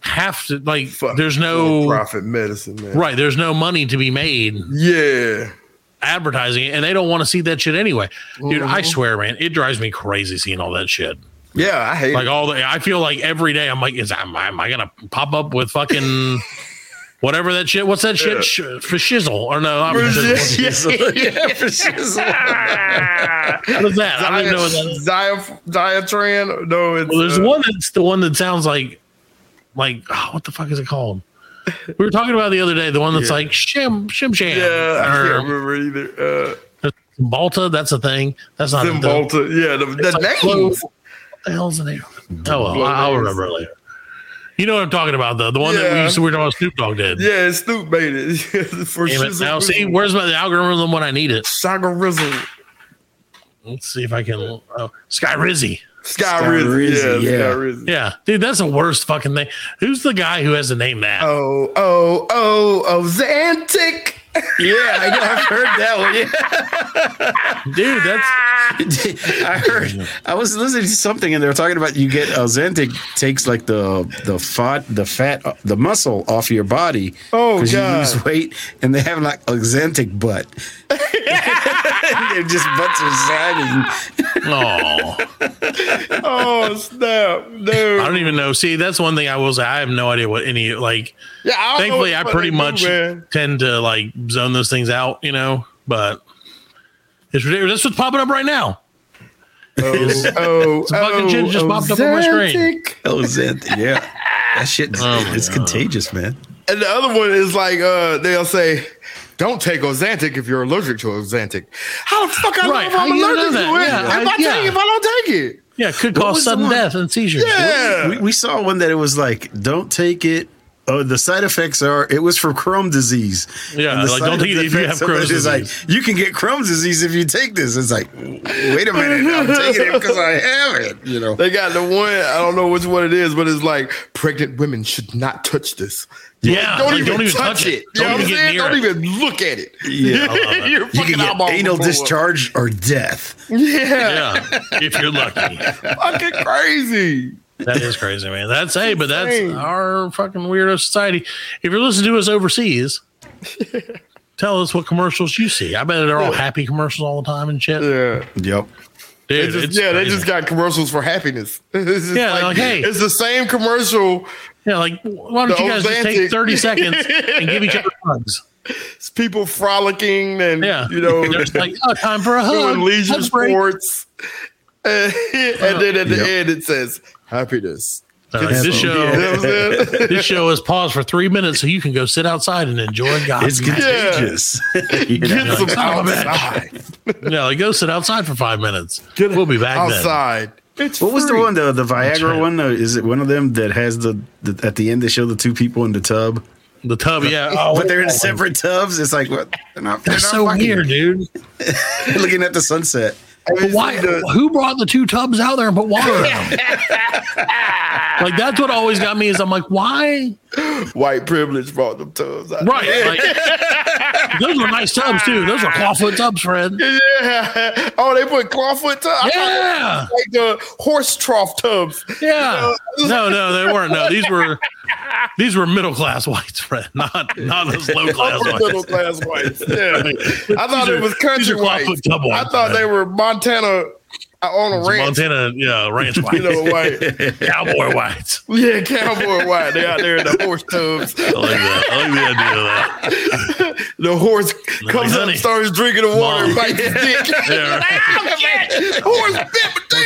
Speaker 6: have to like
Speaker 7: Fuck
Speaker 6: there's no
Speaker 7: profit medicine, man.
Speaker 6: right, there's no money to be made
Speaker 7: Yeah.
Speaker 6: advertising it, and they don't want to see that shit anyway. Dude, I
Speaker 7: Mm-hmm.
Speaker 6: swear, man, it drives me crazy seeing all that shit.
Speaker 7: Yeah, I hate
Speaker 6: like
Speaker 7: it.
Speaker 6: all the i feel like every day i'm like is am, am i gonna pop up with
Speaker 7: [laughs]
Speaker 6: fucking whatever that shit what's that shit Sh- for shizzle or no not for shizzle. [laughs]
Speaker 7: [laughs] yeah, for
Speaker 6: what is that i don't even know what that is
Speaker 7: Diatran? No, it's
Speaker 6: well, there's
Speaker 7: uh,
Speaker 6: one that's the one that sounds like like oh, what the fuck is it called we were talking about it the other day the one that's like shim shim sham
Speaker 7: Yeah, I can't
Speaker 6: or
Speaker 7: remember either. Uh,
Speaker 6: Zimbalta, that's a thing that's not the-
Speaker 7: Zimbalta. Yeah, the, the
Speaker 6: like
Speaker 7: names.
Speaker 6: Blow- what the hell's the name? Oh well, I'll
Speaker 7: names.
Speaker 6: remember later. You know what I'm talking about though, the one that we
Speaker 7: Yeah.
Speaker 6: used to, we were talking about Snoop Dogg did.
Speaker 7: Yeah, it's Snoop made it [laughs] for
Speaker 6: Damn it.
Speaker 7: shizzle
Speaker 6: Now, see,
Speaker 7: rizzle.
Speaker 6: where's my the algorithm when I need it?
Speaker 7: Saga Rizzle,
Speaker 6: Let's see if I can. Oh, Sky Rizzy.
Speaker 7: Sky,
Speaker 8: Sky
Speaker 7: Rizzle.
Speaker 8: Rizzle,
Speaker 7: yeah,
Speaker 8: yeah.
Speaker 7: Sky Rizzle.
Speaker 6: Yeah, dude, that's the worst fucking thing. Who's the guy who has the name that?
Speaker 7: Oh, oh, oh, oh, Zantic.
Speaker 6: [laughs]
Speaker 8: Yeah, I know, I've heard that
Speaker 7: Oh.
Speaker 8: one. Yeah.
Speaker 6: Dude, [laughs] that's
Speaker 8: [laughs] I heard. I was listening to something, and they were talking about you get Ozantic takes like the the fat the fat uh, the muscle off your body.
Speaker 7: Oh,
Speaker 8: you
Speaker 7: God.
Speaker 8: lose weight, and they have like
Speaker 7: [laughs]
Speaker 8: Ozantic butt. [laughs] They're just butts
Speaker 7: [laughs]
Speaker 8: residing.
Speaker 6: oh,
Speaker 7: [laughs] Oh, snap.
Speaker 6: I
Speaker 7: Dude.
Speaker 6: don't even know. See, that's one thing I will say. I have no idea what any like.
Speaker 7: Yeah, I don't know
Speaker 6: Thankfully, I
Speaker 7: what
Speaker 6: pretty
Speaker 7: they do,
Speaker 6: much [laughs]
Speaker 7: man.
Speaker 6: tend to like zone those things out, you know. But it's ridiculous. That's what's popping up right now.
Speaker 7: Oh, oh,
Speaker 6: Some fucking shit just popped up on my screen.
Speaker 7: Zantic.
Speaker 8: Ozantic, yeah, that shit is
Speaker 6: Oh, my
Speaker 8: it's
Speaker 6: God.
Speaker 8: contagious, man.
Speaker 7: And the other one is like uh they'll say, "Don't take Ozantic if you're allergic to Ozantic." How the fuck I
Speaker 6: Right,
Speaker 7: know if I'm
Speaker 6: how you know
Speaker 7: allergic
Speaker 6: that?
Speaker 7: to it?
Speaker 6: Yeah,
Speaker 7: if I,
Speaker 6: I- yeah.
Speaker 7: take it, if I don't take it,
Speaker 6: Yeah, could
Speaker 8: was
Speaker 6: cause
Speaker 8: the
Speaker 6: sudden
Speaker 8: one?
Speaker 6: death and seizures.
Speaker 7: yeah.
Speaker 8: We, we saw one that it was like, don't take it Oh, the side effects are it was for Crohn's disease.
Speaker 6: Yeah,
Speaker 8: And the
Speaker 6: like, don't
Speaker 8: side
Speaker 6: eat it if you
Speaker 8: effects,
Speaker 6: have Crohn's
Speaker 8: somebody's just Like, you can get Crohn's disease if you take this. It's like, wait a minute, I'm taking it because I have it. You know,
Speaker 7: They got the one, I don't know which one it is, but it's like pregnant women should not touch this.
Speaker 6: Yeah,
Speaker 7: don't,
Speaker 6: Ah, like,
Speaker 7: even touch it. You know
Speaker 6: Don't even
Speaker 7: what I'm
Speaker 6: get
Speaker 7: saying?
Speaker 6: near
Speaker 7: Don't
Speaker 6: it.
Speaker 7: even look at it. [laughs] Your
Speaker 8: Yeah, you can
Speaker 7: fucking
Speaker 8: get
Speaker 7: eyeball
Speaker 8: anal
Speaker 7: will blow up.
Speaker 8: discharge or death.
Speaker 7: [laughs] Yeah,
Speaker 6: Yeah, if you're lucky.
Speaker 7: fucking crazy.
Speaker 6: That is crazy, man. That's hey, but that's our fucking weirdo society. If you're listening to us overseas, tell us what commercials you see. I bet they're all happy commercials all the time and shit.
Speaker 7: Yeah,
Speaker 8: Yep.
Speaker 6: Dude,
Speaker 7: They just-
Speaker 6: it's
Speaker 7: yeah, they
Speaker 6: crazy.
Speaker 7: just got commercials for happiness. [laughs] It's just
Speaker 6: Yeah, like, hey.
Speaker 7: it's the same commercial.
Speaker 6: yeah. Like, why don't
Speaker 7: The
Speaker 6: you guys just take
Speaker 7: Atlantic.
Speaker 6: thirty seconds and give each other
Speaker 7: [laughs]
Speaker 6: hugs?
Speaker 7: It's people frolicking and
Speaker 6: Yeah, [laughs]
Speaker 7: you know
Speaker 6: They're just like, oh, time for a hug.
Speaker 7: doing leisure
Speaker 6: hug break.
Speaker 7: sports. [laughs] and then at the
Speaker 8: Yep.
Speaker 7: end it says
Speaker 6: [laughs]
Speaker 7: happiness.
Speaker 6: They're like, this show,
Speaker 7: You know what I'm saying?
Speaker 6: this show is paused for three minutes, so you can go sit outside and enjoy God.
Speaker 8: It's contagious. [laughs] You know?
Speaker 7: Get some
Speaker 6: of a bitch.
Speaker 7: outside.
Speaker 6: Yeah, like, go sit outside for five minutes.
Speaker 7: Get
Speaker 6: we'll be back then.
Speaker 7: outside. It's
Speaker 8: What was the
Speaker 7: free.
Speaker 8: one the the Viagra
Speaker 6: right.
Speaker 8: one? Uh, Is it one of them that has the, the at the end they show the two people in the tub,
Speaker 6: The tub, yeah. Oh,
Speaker 8: but they're in separate tubs? It's like what? They're not. They're
Speaker 6: That's
Speaker 8: not
Speaker 6: so
Speaker 8: fucking.
Speaker 6: weird, dude.
Speaker 8: [laughs] Looking at the sunset.
Speaker 6: But why? Who brought the two tubs out there and put water in them? like that's what always got me is I'm like, why?
Speaker 7: White privilege brought them tubs. out.
Speaker 6: Right. Like, those were nice tubs too. Those were clawfoot tubs, Fred.
Speaker 7: Yeah. Oh, they put clawfoot tubs.
Speaker 6: Yeah.
Speaker 7: Like the horse trough tubs.
Speaker 6: Yeah. No, no, they weren't. No, these were these were middle class whites, Fred. Not not those low
Speaker 7: [laughs]
Speaker 6: class
Speaker 7: middle
Speaker 6: whites.
Speaker 7: class whites. Yeah. I thought
Speaker 6: [laughs] These
Speaker 7: it
Speaker 6: are-
Speaker 7: was
Speaker 6: these
Speaker 7: country
Speaker 6: are clawfoot
Speaker 7: whites.
Speaker 6: tub
Speaker 7: I
Speaker 6: whites,
Speaker 7: thought
Speaker 6: man.
Speaker 7: they were Montana uh, on a ranch.
Speaker 6: Montana, yeah,
Speaker 7: [laughs]
Speaker 6: ranch
Speaker 7: You know,
Speaker 6: whites, [laughs]
Speaker 7: white.
Speaker 6: cowboy whites.
Speaker 7: Yeah, cowboy white. They out there in the horse tubs.
Speaker 6: I like that. I like the idea of that. [laughs]
Speaker 7: The horse comes up
Speaker 6: honey.
Speaker 7: and starts drinking the water
Speaker 6: Mom.
Speaker 7: and bites his dick.
Speaker 6: [laughs] Yeah, right.
Speaker 7: horse
Speaker 6: Horse is
Speaker 7: bit my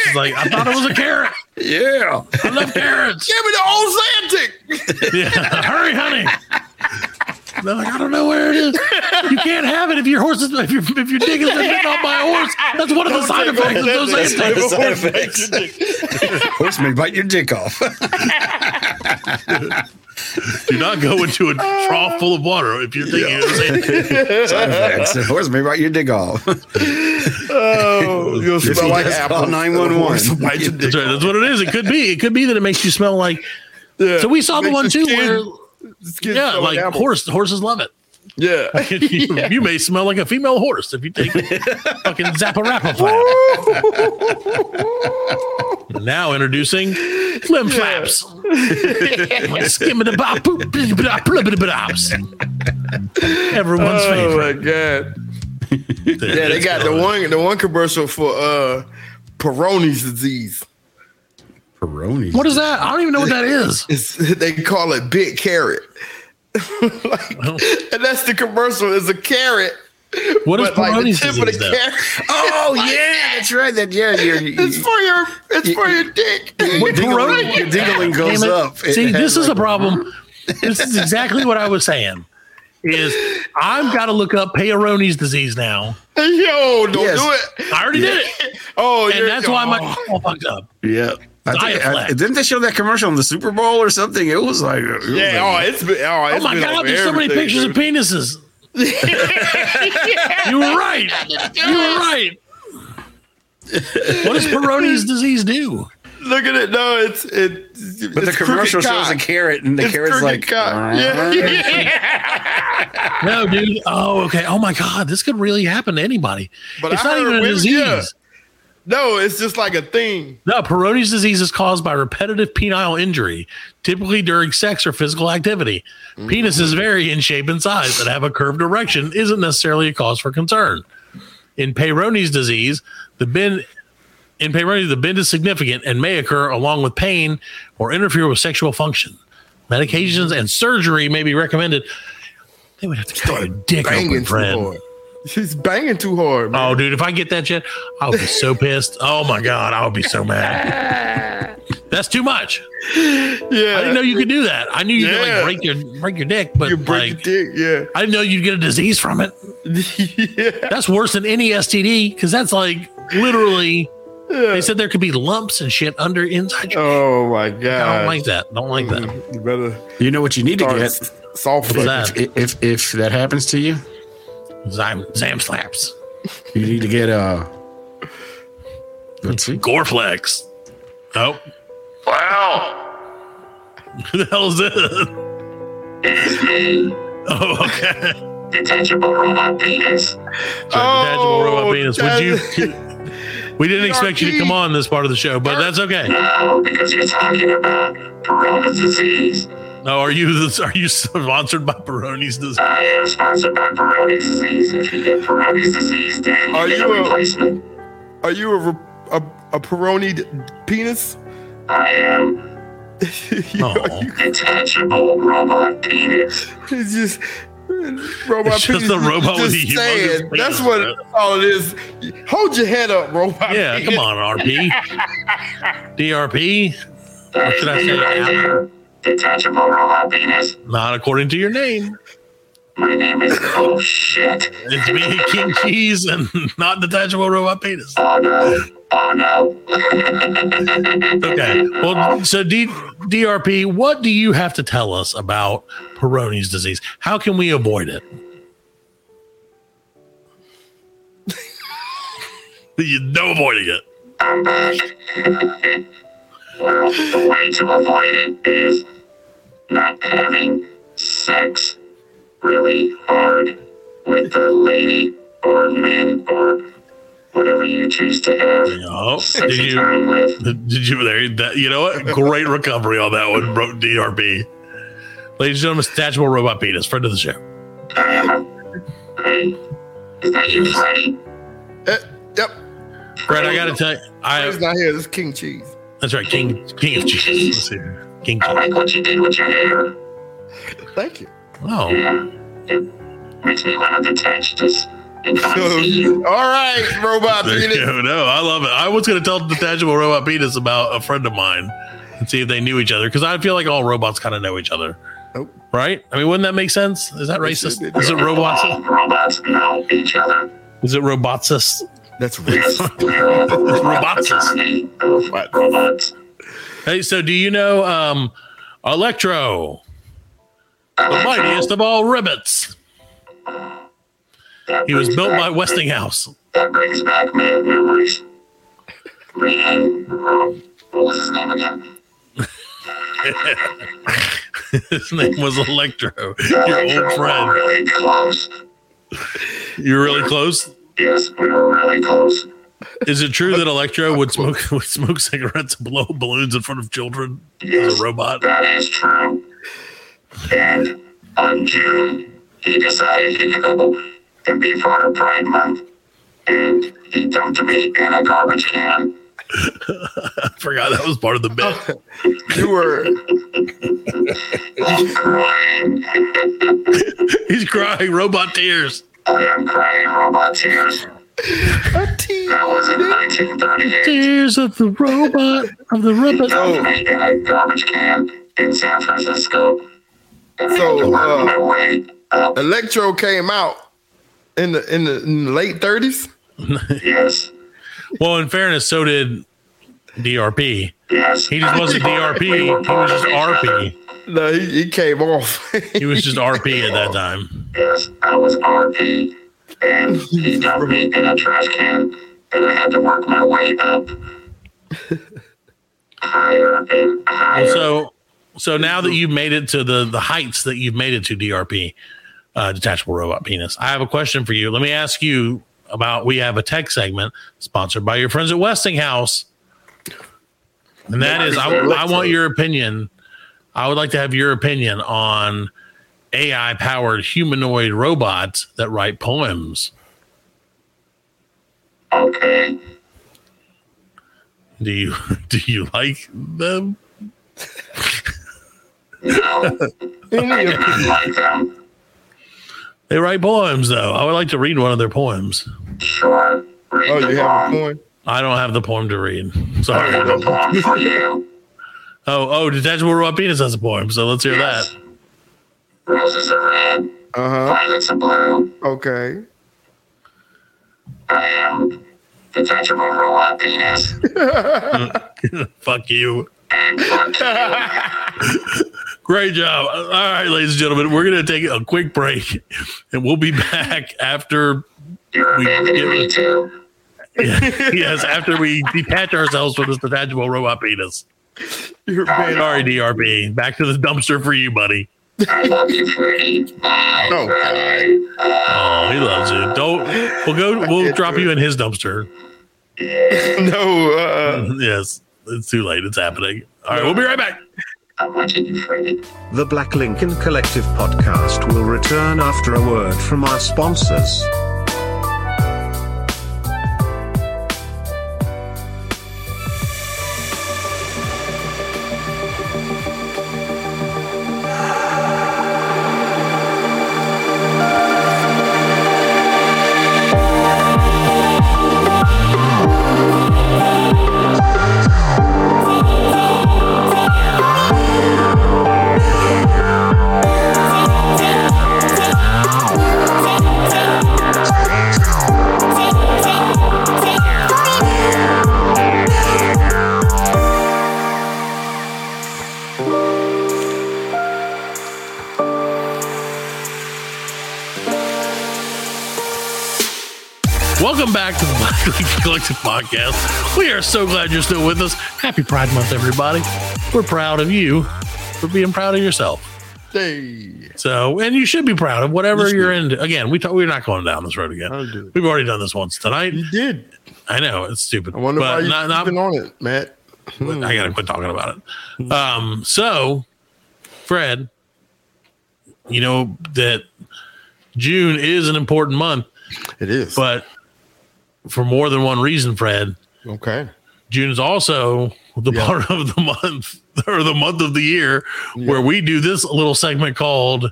Speaker 7: dick.
Speaker 6: like, I thought it was a carrot.
Speaker 7: Yeah.
Speaker 6: I love carrots.
Speaker 7: Give me the old Zantic.
Speaker 6: [laughs] Yeah. Hurry, honey. They're like, I don't know where it is. You can't have it if your horse is if your if your dick is bitten off by a horse. That's one of the side effects of those
Speaker 8: The
Speaker 6: insects.
Speaker 8: side effects. [laughs] Horse may bite your dick off.
Speaker 6: Do not go into a trough full of water if you're thinking
Speaker 7: [laughs]
Speaker 6: yeah. [laughs]
Speaker 8: Side effects. Horse may bite your dick off.
Speaker 7: Oh, you
Speaker 8: If
Speaker 7: smell
Speaker 8: he
Speaker 7: like
Speaker 8: does, call
Speaker 7: apple.
Speaker 8: 911.
Speaker 7: Bite your dick.
Speaker 6: That's right. That's what it is. It could be. It could be that it makes you smell like.
Speaker 7: Yeah.
Speaker 6: So we saw the
Speaker 7: Makes
Speaker 6: one
Speaker 7: your
Speaker 6: too
Speaker 7: skin-
Speaker 6: where
Speaker 7: skin
Speaker 6: yeah,
Speaker 7: smell
Speaker 6: like
Speaker 7: apple.
Speaker 6: horse horses love it. [laughs]
Speaker 7: [laughs] Yeah.
Speaker 6: You, you may smell like a female horse if you
Speaker 7: [laughs]
Speaker 6: take fucking Zapparappa flap. now introducing flim
Speaker 7: [laughs]
Speaker 6: flaps. Everyone's
Speaker 7: Oh my
Speaker 6: favorite. [laughs]
Speaker 7: god. Yeah, they got the one the one commercial for uh Peyronie's disease.
Speaker 8: Peroni.
Speaker 6: What is that? I don't even know what that is.
Speaker 7: It's, they call it big carrot. [laughs]
Speaker 6: Well,
Speaker 7: And that's the commercial. It's a carrot,
Speaker 6: What is
Speaker 7: but like the
Speaker 6: Peyronie's
Speaker 7: tip of the
Speaker 6: disease? though?
Speaker 7: carrot.
Speaker 8: Oh yeah, that's right. That yeah,
Speaker 6: [laughs]
Speaker 8: you're,
Speaker 7: [laughs] It's for your it's for your dick. [laughs]
Speaker 8: your dingling,
Speaker 6: Peroni?
Speaker 8: your dingling goes
Speaker 6: Damn it.
Speaker 8: up. It
Speaker 6: See,
Speaker 8: has
Speaker 6: this is
Speaker 8: like
Speaker 6: a problem. this is exactly what I was saying. Is I've got to look up Peyronie's disease now.
Speaker 7: Yo, don't
Speaker 8: Yes.
Speaker 7: do it.
Speaker 6: I already did it,
Speaker 7: Oh,
Speaker 6: and
Speaker 7: you're-
Speaker 6: that's why my
Speaker 7: oh.
Speaker 6: all fucked up.
Speaker 8: Yeah. I think, I,
Speaker 6: Diaflex.
Speaker 8: didn't they show that commercial on the Super Bowl or something? It was like, it was
Speaker 7: Yeah, oh,
Speaker 8: like-
Speaker 7: it's been oh,
Speaker 6: Oh
Speaker 7: it's
Speaker 6: my
Speaker 7: been
Speaker 6: god,
Speaker 7: over
Speaker 6: there's so many pictures
Speaker 7: everything,
Speaker 6: of
Speaker 7: dude. [laughs]
Speaker 6: penises. you were right. You were right. What does Peyronie's disease do?
Speaker 7: Look at it. No, it's it.
Speaker 8: but the commercial shows a
Speaker 7: cock.
Speaker 8: carrot, and the
Speaker 7: It's
Speaker 8: carrot's
Speaker 7: crooked
Speaker 8: like,
Speaker 7: cock. Yeah,
Speaker 8: [laughs]
Speaker 7: yeah.
Speaker 6: No, dude. Oh, okay. Oh my god, this could really happen to anybody.
Speaker 7: But
Speaker 6: it's
Speaker 7: I
Speaker 6: not
Speaker 7: heard
Speaker 6: even a
Speaker 7: women-
Speaker 6: disease.
Speaker 7: yeah. No, it's just like a thing.
Speaker 6: No, Peyronie's disease is caused by repetitive penile injury, typically during sex or physical activity. Penises vary in shape and size and have a curved erection isn't necessarily a cause for concern. In Peyronie's disease, the bend in Peyronie's the bend is significant and may occur along with pain or interfere with sexual function. Medications and surgery may be recommended. They would have to cut your dick open,
Speaker 7: Banging too
Speaker 6: friend.
Speaker 7: hard. She's banging too hard. Man.
Speaker 6: Oh, dude, if I get that shit, I'll be so pissed. Oh my god, I'll be so mad.
Speaker 7: [laughs]
Speaker 6: That's too much.
Speaker 7: yeah.
Speaker 6: I didn't know you could do that. I knew you could
Speaker 7: Yeah.
Speaker 6: like break your break your dick, but
Speaker 7: you break
Speaker 6: like
Speaker 7: your dick. Yeah.
Speaker 6: I didn't know you'd get a disease
Speaker 7: [laughs]
Speaker 6: from it. That's worse than any STD because that's like literally They said there could be lumps and shit under inside. Your-
Speaker 7: Oh my god! Mm-hmm.
Speaker 6: I don't like that. Don't like that.
Speaker 7: You better
Speaker 8: You know what you need to
Speaker 7: start
Speaker 8: get
Speaker 7: s- soft.
Speaker 6: What's that?
Speaker 8: if, if if that happens to you,
Speaker 6: Zam, Zam slaps.
Speaker 8: you need to get uh let's see.
Speaker 6: Goreflex. Oh,
Speaker 4: Wow.
Speaker 6: who the hell is this? oh, okay.
Speaker 9: Detachable robot penis.
Speaker 6: detachable
Speaker 7: Oh,
Speaker 6: robot penis. Would you? We didn't expect you to
Speaker 7: PRP.
Speaker 6: come on this part of the show, but that's okay.
Speaker 9: No, because you're talking about Perrone's disease.
Speaker 6: No, are you [laughs] are you sponsored by Peroni's? Does-
Speaker 9: I am sponsored by Perrone's disease. If you get Perrone's disease, then you
Speaker 7: Are
Speaker 9: get
Speaker 7: you
Speaker 9: a
Speaker 7: a-
Speaker 9: replacement.
Speaker 7: Are you a re- a, a Peroni d- penis?
Speaker 9: I
Speaker 7: [laughs]
Speaker 9: am
Speaker 6: Oh,
Speaker 9: detachable robot penis.
Speaker 7: It's just robot
Speaker 6: It's just
Speaker 7: penis
Speaker 6: a
Speaker 7: is
Speaker 6: robot with
Speaker 7: just
Speaker 6: a humongous
Speaker 7: saying.
Speaker 6: penis,
Speaker 7: That's what
Speaker 6: bro.
Speaker 7: all it is. Hold your head up, robot.
Speaker 6: yeah, come on, RP, DRP.
Speaker 9: That is
Speaker 6: should I
Speaker 9: me
Speaker 6: say
Speaker 9: right
Speaker 6: now?
Speaker 9: there. Detachable robot penis.
Speaker 6: Not according to your name.
Speaker 9: My name is oh shit.
Speaker 6: It's me, King Cheese, and [laughs] not detachable robot penis.
Speaker 9: Oh no. Oh no.
Speaker 6: Okay. Well, so D- DRP, what do you have to tell us about Peroni's disease? How can we avoid it? You- no avoiding it.
Speaker 9: I'm back. well, the way to avoid it is not having sex really hard with the lady or man or whatever you choose to have
Speaker 6: Oh, did
Speaker 9: sex
Speaker 6: you?
Speaker 9: time with.
Speaker 6: Did you there? That, you know what? Great recovery on that one, bro. DRP. Ladies and gentlemen, detachable robot penis, friend of the show.
Speaker 9: Hey, is that you, Freddy?
Speaker 7: Eh, yep.
Speaker 6: Brad, I gotta tell you,
Speaker 7: It's
Speaker 6: I
Speaker 7: not here. It's King Cheese.
Speaker 6: that's right, King King of Cheese. Let's see here. King
Speaker 9: I
Speaker 6: Cheese.
Speaker 9: like what you did with your hair.
Speaker 7: Thank you.
Speaker 6: Oh,
Speaker 9: Yeah, it makes me want to detach this and come see
Speaker 7: all
Speaker 9: you.
Speaker 7: right, robot
Speaker 6: there you
Speaker 7: penis.
Speaker 6: go. No, I love it. I was gonna tell detachable robot penis about a friend of mine and see if they knew each other because I feel like all robots kind of know each other.
Speaker 7: Nope.
Speaker 6: Right? I mean, wouldn't that make sense? Is that racist?
Speaker 7: should.
Speaker 6: Is it
Speaker 9: All
Speaker 6: robots?
Speaker 9: robots know each other.
Speaker 6: Is it robotsist?
Speaker 7: That's racist.
Speaker 9: Yes, we're all
Speaker 6: Robots.
Speaker 9: fraternity of
Speaker 7: What?
Speaker 9: robots.
Speaker 6: Hey, so do you know um Electro, the mightiest of all ribbits?
Speaker 9: That
Speaker 6: He was
Speaker 9: brings
Speaker 6: built by
Speaker 9: back-
Speaker 6: Westinghouse. [laughs]
Speaker 9: That brings back mad memories. Man, um, what was his name again?
Speaker 6: His name was Electro. Your old
Speaker 9: We're
Speaker 6: friend.
Speaker 9: really close.
Speaker 6: You're really close.
Speaker 9: Yes, we were really close.
Speaker 6: Is it true that Electro would smoke [laughs] would smoke cigarettes and blow balloons in front of children as
Speaker 9: Yes,
Speaker 6: a robot?
Speaker 9: that is true. And on June, he decided he could go and be part of Pride Month. And he dumped me in a garbage can.
Speaker 6: [laughs] I forgot that was part of
Speaker 9: [laughs]
Speaker 6: the bit.
Speaker 7: You were [laughs]
Speaker 9: Crying.
Speaker 6: He's crying robot tears.
Speaker 9: I am crying robot tears.
Speaker 7: a teen.
Speaker 9: That was in 1938.
Speaker 6: Tears of the robot of the robot.
Speaker 7: Oh.
Speaker 9: Oh. In a garbage can in San Francisco. And
Speaker 7: So,
Speaker 9: so, I worked
Speaker 7: uh,
Speaker 9: my way up.
Speaker 7: Electro came out in the in the, in the late thirties.
Speaker 9: Yes,
Speaker 6: Well, in fairness, so did DRP.
Speaker 9: yes.
Speaker 6: He just wasn't DRP. He was just RP.
Speaker 7: No, he, he came off. [laughs]
Speaker 6: He was just RP at that time.
Speaker 9: Yes, I was RP, and he dumped me in a trash can, and I had to work my way up. higher and higher.
Speaker 6: So, so now that you've made it to the the heights that you've made it to, DRP, uh, detachable robot penis. I have a question for you. Let me ask you about. We have a tech segment sponsored by your friends at Westinghouse, and that is, I, I want your opinion. I would like to have your opinion on AI powered humanoid robots that write poems.
Speaker 9: okay.
Speaker 6: Do you [laughs] do you like them?
Speaker 9: No,
Speaker 7: Oh,
Speaker 9: I did not like them.
Speaker 6: They write poems though. I would like to read one of their poems.
Speaker 9: Sure. Read
Speaker 7: oh,
Speaker 9: the
Speaker 7: you have
Speaker 9: poem.
Speaker 7: a point.
Speaker 6: I don't have the poem to read.
Speaker 9: [laughs] I have
Speaker 6: Sorry.
Speaker 9: a poem for you.
Speaker 6: Oh, oh, detachable robot penis has a poem, so let's hear
Speaker 9: Yes.
Speaker 6: that.
Speaker 9: Roses are red,
Speaker 7: Uh huh.
Speaker 9: violets are blue.
Speaker 7: Okay.
Speaker 9: I am detachable robot penis.
Speaker 6: Fuck you.
Speaker 9: And fuck you.
Speaker 6: [laughs] Great job. All right, ladies and gentlemen, we're going to take a quick break and we'll be back after
Speaker 9: You're
Speaker 6: We
Speaker 9: abandoning
Speaker 6: give
Speaker 9: me
Speaker 6: it-
Speaker 9: too.
Speaker 6: [laughs] yes, after we detach ourselves from this detachable robot penis.
Speaker 7: You're
Speaker 6: All
Speaker 7: bad.
Speaker 6: right, DRP, back to the dumpster for you, buddy.
Speaker 9: I love you, Freddy. Bye.
Speaker 7: No.
Speaker 9: Bye.
Speaker 6: Oh, he loves you. Don't. We'll go. We'll drop you in his dumpster.
Speaker 7: No, uh,
Speaker 6: Yes, it's too late. It's happening. All right, we'll be right back.
Speaker 9: I'm watching you, Freddy.
Speaker 10: The Black Lincoln Collective podcast will return after a word from our sponsors.
Speaker 6: Welcome back to the [laughs] Black Lincoln Collective podcast. We are so glad you're still with us. Happy Pride Month, everybody. We're proud of you for being proud of yourself.
Speaker 7: they,
Speaker 6: So, and you should be proud of whatever you're into. Again, we talk, we're not going down this road again.
Speaker 7: I'll do it.
Speaker 6: We've already done this once tonight.
Speaker 7: you did.
Speaker 6: I know it's stupid.
Speaker 7: I wonder
Speaker 6: but
Speaker 7: why
Speaker 6: not-
Speaker 7: you've
Speaker 6: not-
Speaker 7: been on it, Matt.
Speaker 6: I gotta quit talking about it. Um, so, Fred, you know that June is an important month,
Speaker 7: It is.
Speaker 6: but for more than one reason, Fred,
Speaker 7: okay.
Speaker 6: June is also the
Speaker 7: Yeah.
Speaker 6: part of the month or the month of the year where we do this little segment called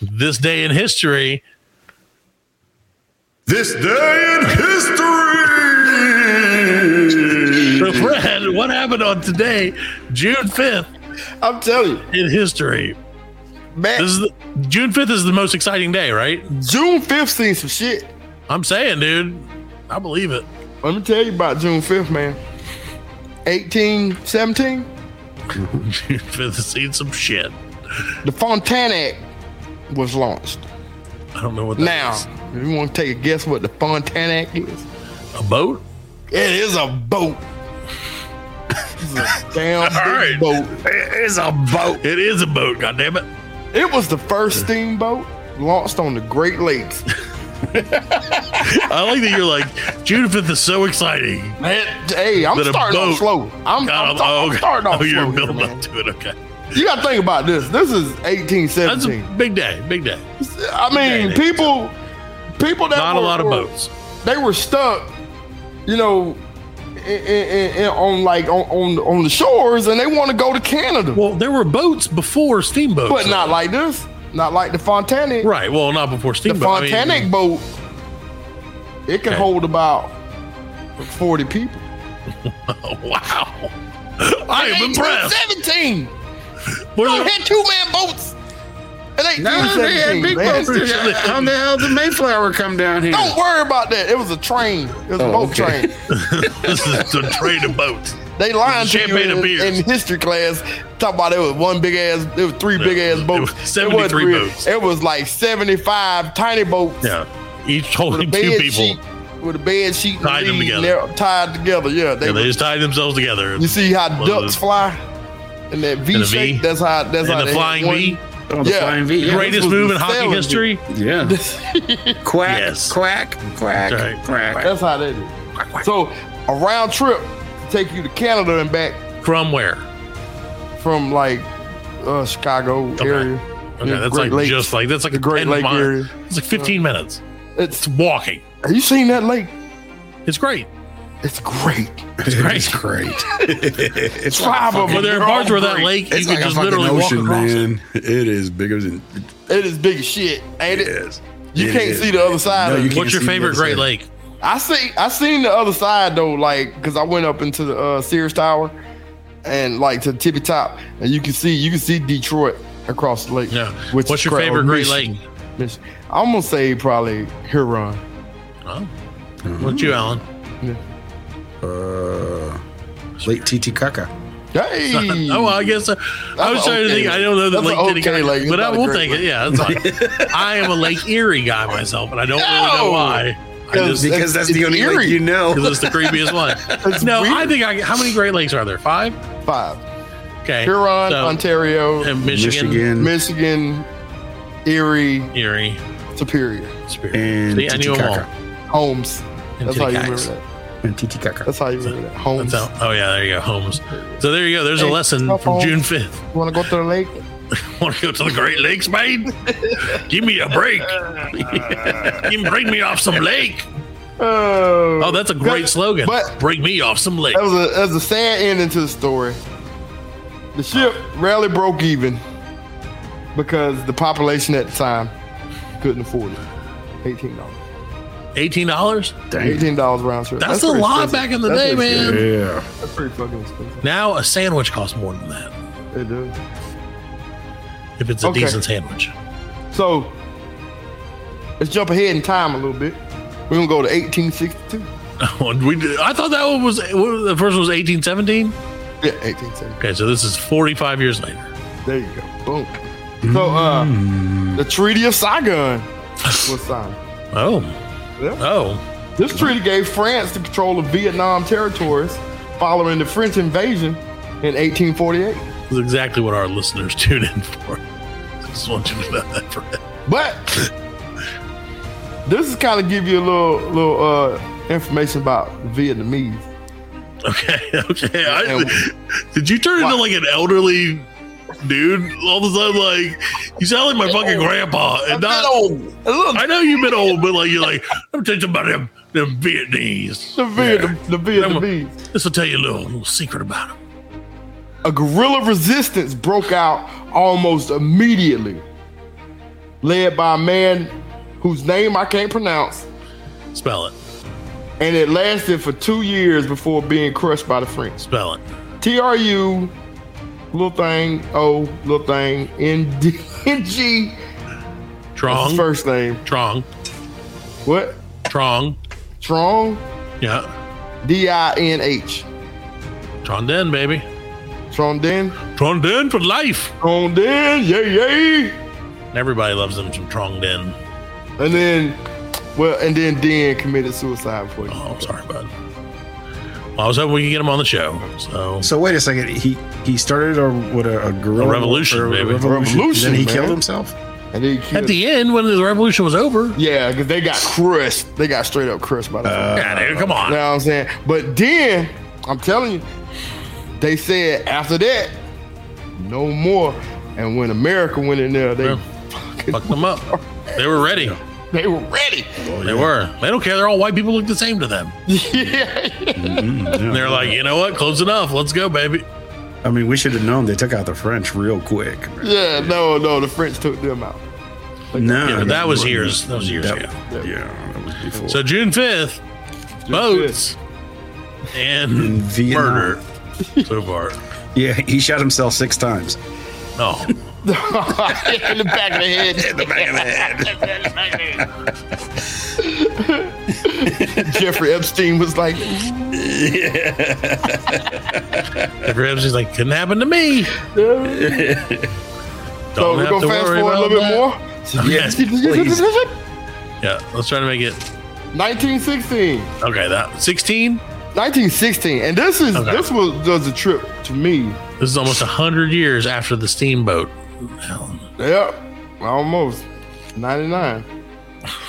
Speaker 6: "This Day in History."
Speaker 7: This day in history.
Speaker 6: So, Fred, what happened on today, June fifth,
Speaker 7: I'm telling you,
Speaker 6: in history?
Speaker 7: Matt.
Speaker 6: This is the, June fifth is the most exciting day, right?
Speaker 7: June 5th seen some shit.
Speaker 6: I'm saying, dude, I believe it. [laughs]
Speaker 7: Let me tell you about June 5th, man. 1817,
Speaker 6: for the seen some shit.
Speaker 7: the Fontan Act was launched.
Speaker 6: I don't know what that
Speaker 7: Now,
Speaker 6: is.
Speaker 7: if you want to take a guess what the Fontan Act is,
Speaker 6: A boat?
Speaker 7: it is a boat.
Speaker 6: [laughs]
Speaker 7: It's a damn
Speaker 6: Alright.
Speaker 7: big boat.
Speaker 8: It is a boat.
Speaker 6: It is a boat, goddammit.
Speaker 7: It was the first steamboat launched on the Great Lakes.
Speaker 6: I like that you're like, June 5th is so exciting.
Speaker 7: Man, hey, I'm
Speaker 6: But a
Speaker 7: starting
Speaker 6: boat.
Speaker 7: off slow. I'm,
Speaker 6: God,
Speaker 7: I'm, I'm
Speaker 6: okay.
Speaker 7: starting off
Speaker 6: Oh, you're
Speaker 7: slow. here,
Speaker 6: building
Speaker 7: man.
Speaker 6: up to it. Okay.
Speaker 7: You got to think about this. This is
Speaker 6: That's
Speaker 7: 1817.
Speaker 6: a big day. Big day.
Speaker 7: I mean,
Speaker 6: Yeah,
Speaker 7: people, people that
Speaker 6: Not a
Speaker 7: were-
Speaker 6: lot of
Speaker 7: were-
Speaker 6: boats.
Speaker 7: They were stuck, you know, in, in, in, on like on, on on the shores, and they want to go to Canada,
Speaker 6: Well, there were boats before steamboats.
Speaker 7: but not like this, not like the Fontanic.
Speaker 6: Right. Well, not before
Speaker 7: The
Speaker 6: steamboats.
Speaker 7: Fontanic boat, it can
Speaker 6: Okay.
Speaker 7: hold about forty people.
Speaker 6: [laughs] wow. I am impressed.
Speaker 7: Seventeen.
Speaker 6: Where's
Speaker 7: Don't
Speaker 6: the-
Speaker 7: hit two man boats. It ain't
Speaker 8: No, they had big boats. How the hell did Mayflower come down here?
Speaker 7: Don't worry about that. It was a train. It was a
Speaker 6: Oh, [laughs]
Speaker 7: boat train.
Speaker 6: this is a trade of
Speaker 7: [laughs]
Speaker 6: boats.
Speaker 7: They lying to you
Speaker 6: Champagne of
Speaker 7: in,
Speaker 6: beers.
Speaker 7: in history class. Talk about it was one big ass, it was three big ass
Speaker 6: it
Speaker 7: boats.
Speaker 6: was
Speaker 7: It
Speaker 6: 73
Speaker 7: wasn't real.
Speaker 6: boats.
Speaker 7: It was like seventy five tiny boats.
Speaker 6: Yeah. Each
Speaker 7: With a
Speaker 6: holding
Speaker 7: bed
Speaker 6: two people.
Speaker 7: sheet, with a bed sheet and
Speaker 6: Tied them
Speaker 7: lead, and
Speaker 6: together.
Speaker 7: they're tied together. Yeah, they.
Speaker 6: Yeah, they
Speaker 7: were-
Speaker 6: just tied themselves together.
Speaker 7: you see how
Speaker 6: Well,
Speaker 7: ducks
Speaker 6: the-
Speaker 7: fly in that V,
Speaker 6: In the V.
Speaker 7: shape. That's how. That's how
Speaker 6: And the
Speaker 7: they had
Speaker 6: flying
Speaker 7: one-
Speaker 6: V.
Speaker 8: Oh, the
Speaker 7: Yeah.
Speaker 8: flying V. Yeah.
Speaker 6: Greatest
Speaker 7: was
Speaker 6: move in
Speaker 7: the
Speaker 6: hockey
Speaker 7: salad.
Speaker 6: history.
Speaker 8: Yeah. Quack,
Speaker 6: Yes.
Speaker 8: quack, quack,
Speaker 6: That's right.
Speaker 8: quack.
Speaker 7: That's how they did. So a round trip to take you to Canada and back
Speaker 6: From where?
Speaker 7: from like uh, Chicago area.
Speaker 6: Okay,
Speaker 7: Yeah,
Speaker 6: that's like
Speaker 7: Great Lakes.
Speaker 6: just like that's like
Speaker 7: The Great
Speaker 6: 10
Speaker 7: Lake
Speaker 6: mile-
Speaker 7: area.
Speaker 6: It's like 15 minutes.
Speaker 7: It's
Speaker 6: It's walking.
Speaker 7: have you seen that lake?
Speaker 6: It's great.
Speaker 7: It's great.
Speaker 6: It's
Speaker 8: It's
Speaker 6: great.
Speaker 8: [laughs] great.
Speaker 7: It's five of them.
Speaker 6: But there are
Speaker 7: They're
Speaker 6: parts
Speaker 7: all
Speaker 6: where that
Speaker 7: great.
Speaker 6: lake you
Speaker 8: It's
Speaker 6: can
Speaker 8: like a
Speaker 6: just
Speaker 8: fucking
Speaker 6: literally walk
Speaker 8: ocean,
Speaker 6: across. it.
Speaker 8: man. It is bigger than
Speaker 7: It is big as shit, ain't
Speaker 8: it
Speaker 7: it?
Speaker 8: is.
Speaker 7: You
Speaker 8: It
Speaker 7: can't
Speaker 8: is.
Speaker 7: see the other side.
Speaker 8: No,
Speaker 7: of
Speaker 8: you
Speaker 7: it.
Speaker 8: can't.
Speaker 6: What's your
Speaker 8: see the
Speaker 6: favorite
Speaker 8: other
Speaker 6: Great
Speaker 8: side.
Speaker 6: Lake?
Speaker 7: I see. I seen the other side though, like because I went up into the uh, Sears Tower and like to the tippy top, and you can see you can see Detroit across the lake.
Speaker 6: No.
Speaker 7: which
Speaker 6: What's
Speaker 7: is
Speaker 6: your
Speaker 7: great.
Speaker 6: favorite
Speaker 7: Or
Speaker 6: Great
Speaker 7: Michigan.
Speaker 6: Lake?
Speaker 7: Michigan.
Speaker 6: [laughs]
Speaker 7: I'm gonna say probably Huron. Mm-hmm.
Speaker 6: Oh. What's you, Alan?
Speaker 8: Uh, Lake Titicaca.
Speaker 7: Hey.
Speaker 6: Oh, well, I guess I, I was
Speaker 7: That's
Speaker 6: trying to
Speaker 7: okay.
Speaker 6: think. I don't know that
Speaker 7: That's
Speaker 6: Lake
Speaker 7: okay,
Speaker 6: Titicaca,
Speaker 7: like, it's
Speaker 6: but I
Speaker 7: not a
Speaker 6: will
Speaker 7: great
Speaker 6: take it. Yeah, that's
Speaker 7: [laughs]
Speaker 6: fine. I am a Lake Erie guy myself, and I don't really know
Speaker 7: No!
Speaker 6: why. I just [laughs]
Speaker 8: Because that's the
Speaker 7: It's
Speaker 8: only
Speaker 7: eerie.
Speaker 8: lake you know.
Speaker 6: because it's the creepiest
Speaker 7: [laughs]
Speaker 6: one. no, I
Speaker 7: weird.
Speaker 6: think I. How many Great Lakes are there? Five.
Speaker 7: Five.
Speaker 6: Okay.
Speaker 7: Huron,
Speaker 6: So-
Speaker 7: Ontario,
Speaker 6: and Michigan,
Speaker 8: Michigan,
Speaker 7: Michigan, Erie,
Speaker 6: Erie,
Speaker 7: Superior,
Speaker 6: Spirit.
Speaker 8: and
Speaker 6: See, I knew 'em all.
Speaker 8: Titicaca.
Speaker 7: Holmes.
Speaker 6: and
Speaker 7: That's how you remember
Speaker 6: Titicacacs.
Speaker 7: that.
Speaker 8: And Titicaca.
Speaker 7: That's how you remember that. Holmes.
Speaker 6: That's how, oh yeah, there you go, Holmes. So there you go. There's a
Speaker 7: Hey,
Speaker 6: lesson
Speaker 7: cell
Speaker 6: from
Speaker 7: phone.
Speaker 6: June 5th. [laughs]
Speaker 7: You want to go to the lake?
Speaker 6: Want to go to the Great Lakes, mate? Give me a
Speaker 7: [laughs]
Speaker 6: break. you bring me off some lake.
Speaker 7: Oh,
Speaker 6: Oh, that's a great
Speaker 7: But-
Speaker 6: slogan.
Speaker 7: but- Oh.
Speaker 6: bring me off some lake.
Speaker 7: that was a that was a sad ending to the story. The ship rarely broke even because the population at the time couldn't afford it. Eighteen dollars.
Speaker 6: Eighteen dollars.
Speaker 8: Dang.
Speaker 7: Eighteen dollars round trip.
Speaker 6: That's, a
Speaker 7: pretty
Speaker 6: lot
Speaker 7: expensive.
Speaker 6: back in the
Speaker 7: That's
Speaker 6: day,
Speaker 7: pretty
Speaker 6: man.
Speaker 7: expensive.
Speaker 8: Yeah.
Speaker 7: That's pretty fucking expensive.
Speaker 6: Now a sandwich costs more than that
Speaker 7: It does.
Speaker 6: if it's a
Speaker 7: Okay.
Speaker 6: decent sandwich. [laughs]
Speaker 7: So let's jump ahead in time a little bit. We're gonna go to 1862.
Speaker 6: we did- I thought that one was what- the first one was eighteen seventeen.
Speaker 7: Yeah, 1870.
Speaker 6: Okay, so this is forty five years later.
Speaker 7: There you go. Boom. So uh the Treaty of Saigon was signed.
Speaker 6: Oh,
Speaker 7: Yeah.
Speaker 6: oh,
Speaker 7: This treaty gave France the control of Vietnam territories following the French invasion in 1848.
Speaker 6: this is exactly what our listeners tune in for. I just want you to know that. For
Speaker 7: But this is kind of give you a little little uh information about the Vietnamese.
Speaker 6: Okay, okay. I,
Speaker 7: And-
Speaker 6: did you turn into
Speaker 7: Why?
Speaker 6: like an elderly dude all of a sudden? Like you sound like my fucking grandpa, and not.
Speaker 7: A little
Speaker 6: I know you've been old, but like you're like I'm talking about them them Vietnamese.
Speaker 7: the, Vietnam, the Vietnamese.
Speaker 6: This will tell you a little, little secret about them.
Speaker 7: a guerrilla resistance broke out almost immediately, led by a man whose name I can't pronounce,
Speaker 6: Spell it.
Speaker 7: and it lasted for two years before being crushed by the French.
Speaker 6: Spell it.
Speaker 7: T R U, little thing, O, little thing, N D [laughs] N G, that's his
Speaker 6: Trong.
Speaker 7: first name.
Speaker 6: Trong.
Speaker 7: What?
Speaker 6: Trong.
Speaker 7: Trong,
Speaker 6: Yeah.
Speaker 7: D I N H.
Speaker 6: Trong Den, baby.
Speaker 7: Trondin,
Speaker 6: Trong Den for life.
Speaker 7: Trondin, yay, yay.
Speaker 6: And everybody loves them some Trong Den.
Speaker 7: And then, well, and then Dan committed suicide for you.
Speaker 6: Oh, I'm sorry, bud. Well, I was hoping we could get him on the show. So
Speaker 8: So wait a second. He he started a what a, a guerrilla
Speaker 6: A revolution,
Speaker 8: warfare,
Speaker 6: baby.
Speaker 8: revolution.
Speaker 7: Revolution,
Speaker 8: Then he
Speaker 7: man.
Speaker 8: killed himself.
Speaker 7: And then he
Speaker 6: at
Speaker 7: killed
Speaker 6: the end, when the revolution was over,
Speaker 7: Yeah, because they got crushed. They got straight up crushed by the.
Speaker 6: yeah, dude, come
Speaker 7: you
Speaker 6: on.
Speaker 7: know what I'm saying? But then, I'm telling you, they said after that, no more. And when America went in there, they
Speaker 6: Yeah.
Speaker 7: fucking,
Speaker 6: Fuck them up. They were ready.
Speaker 7: they were ready.
Speaker 6: They were. They don't care. They're all white people look the same to [laughs] them.
Speaker 7: yeah.
Speaker 6: And they're like, you know what? Close enough. Let's go, baby.
Speaker 8: I mean, we should have known they took out the French real quick.
Speaker 7: yeah, no, no, the French took them out.
Speaker 8: No,
Speaker 6: Yeah, but that was
Speaker 8: no,
Speaker 6: years- that was years ago.
Speaker 8: Yeah, that was before.
Speaker 6: So June fifth, boats and
Speaker 8: In Vietnam.
Speaker 6: murder so far.
Speaker 8: yeah, [laughs] he shot himself six times.
Speaker 6: Oh,
Speaker 7: in the back of the head,
Speaker 8: the back of the [laughs] head.
Speaker 7: Jeffrey Epstein was like,
Speaker 6: the Gramps is like, couldn't happen to
Speaker 7: [laughs]
Speaker 6: me. Don't
Speaker 7: so we're
Speaker 6: have
Speaker 7: gonna
Speaker 6: to
Speaker 7: fast
Speaker 6: worry
Speaker 7: forward a little bit
Speaker 6: about
Speaker 7: more.
Speaker 6: that. Okay.
Speaker 8: please.
Speaker 7: [laughs]
Speaker 6: Yeah, let's try to make it.
Speaker 7: 1916.
Speaker 6: Okay, that sixteen.
Speaker 7: 1916, and this is
Speaker 6: Okay.
Speaker 7: this was does a trip to me.
Speaker 6: This is almost hundred years after the steamboat. Hell,
Speaker 7: Yep, almost 99.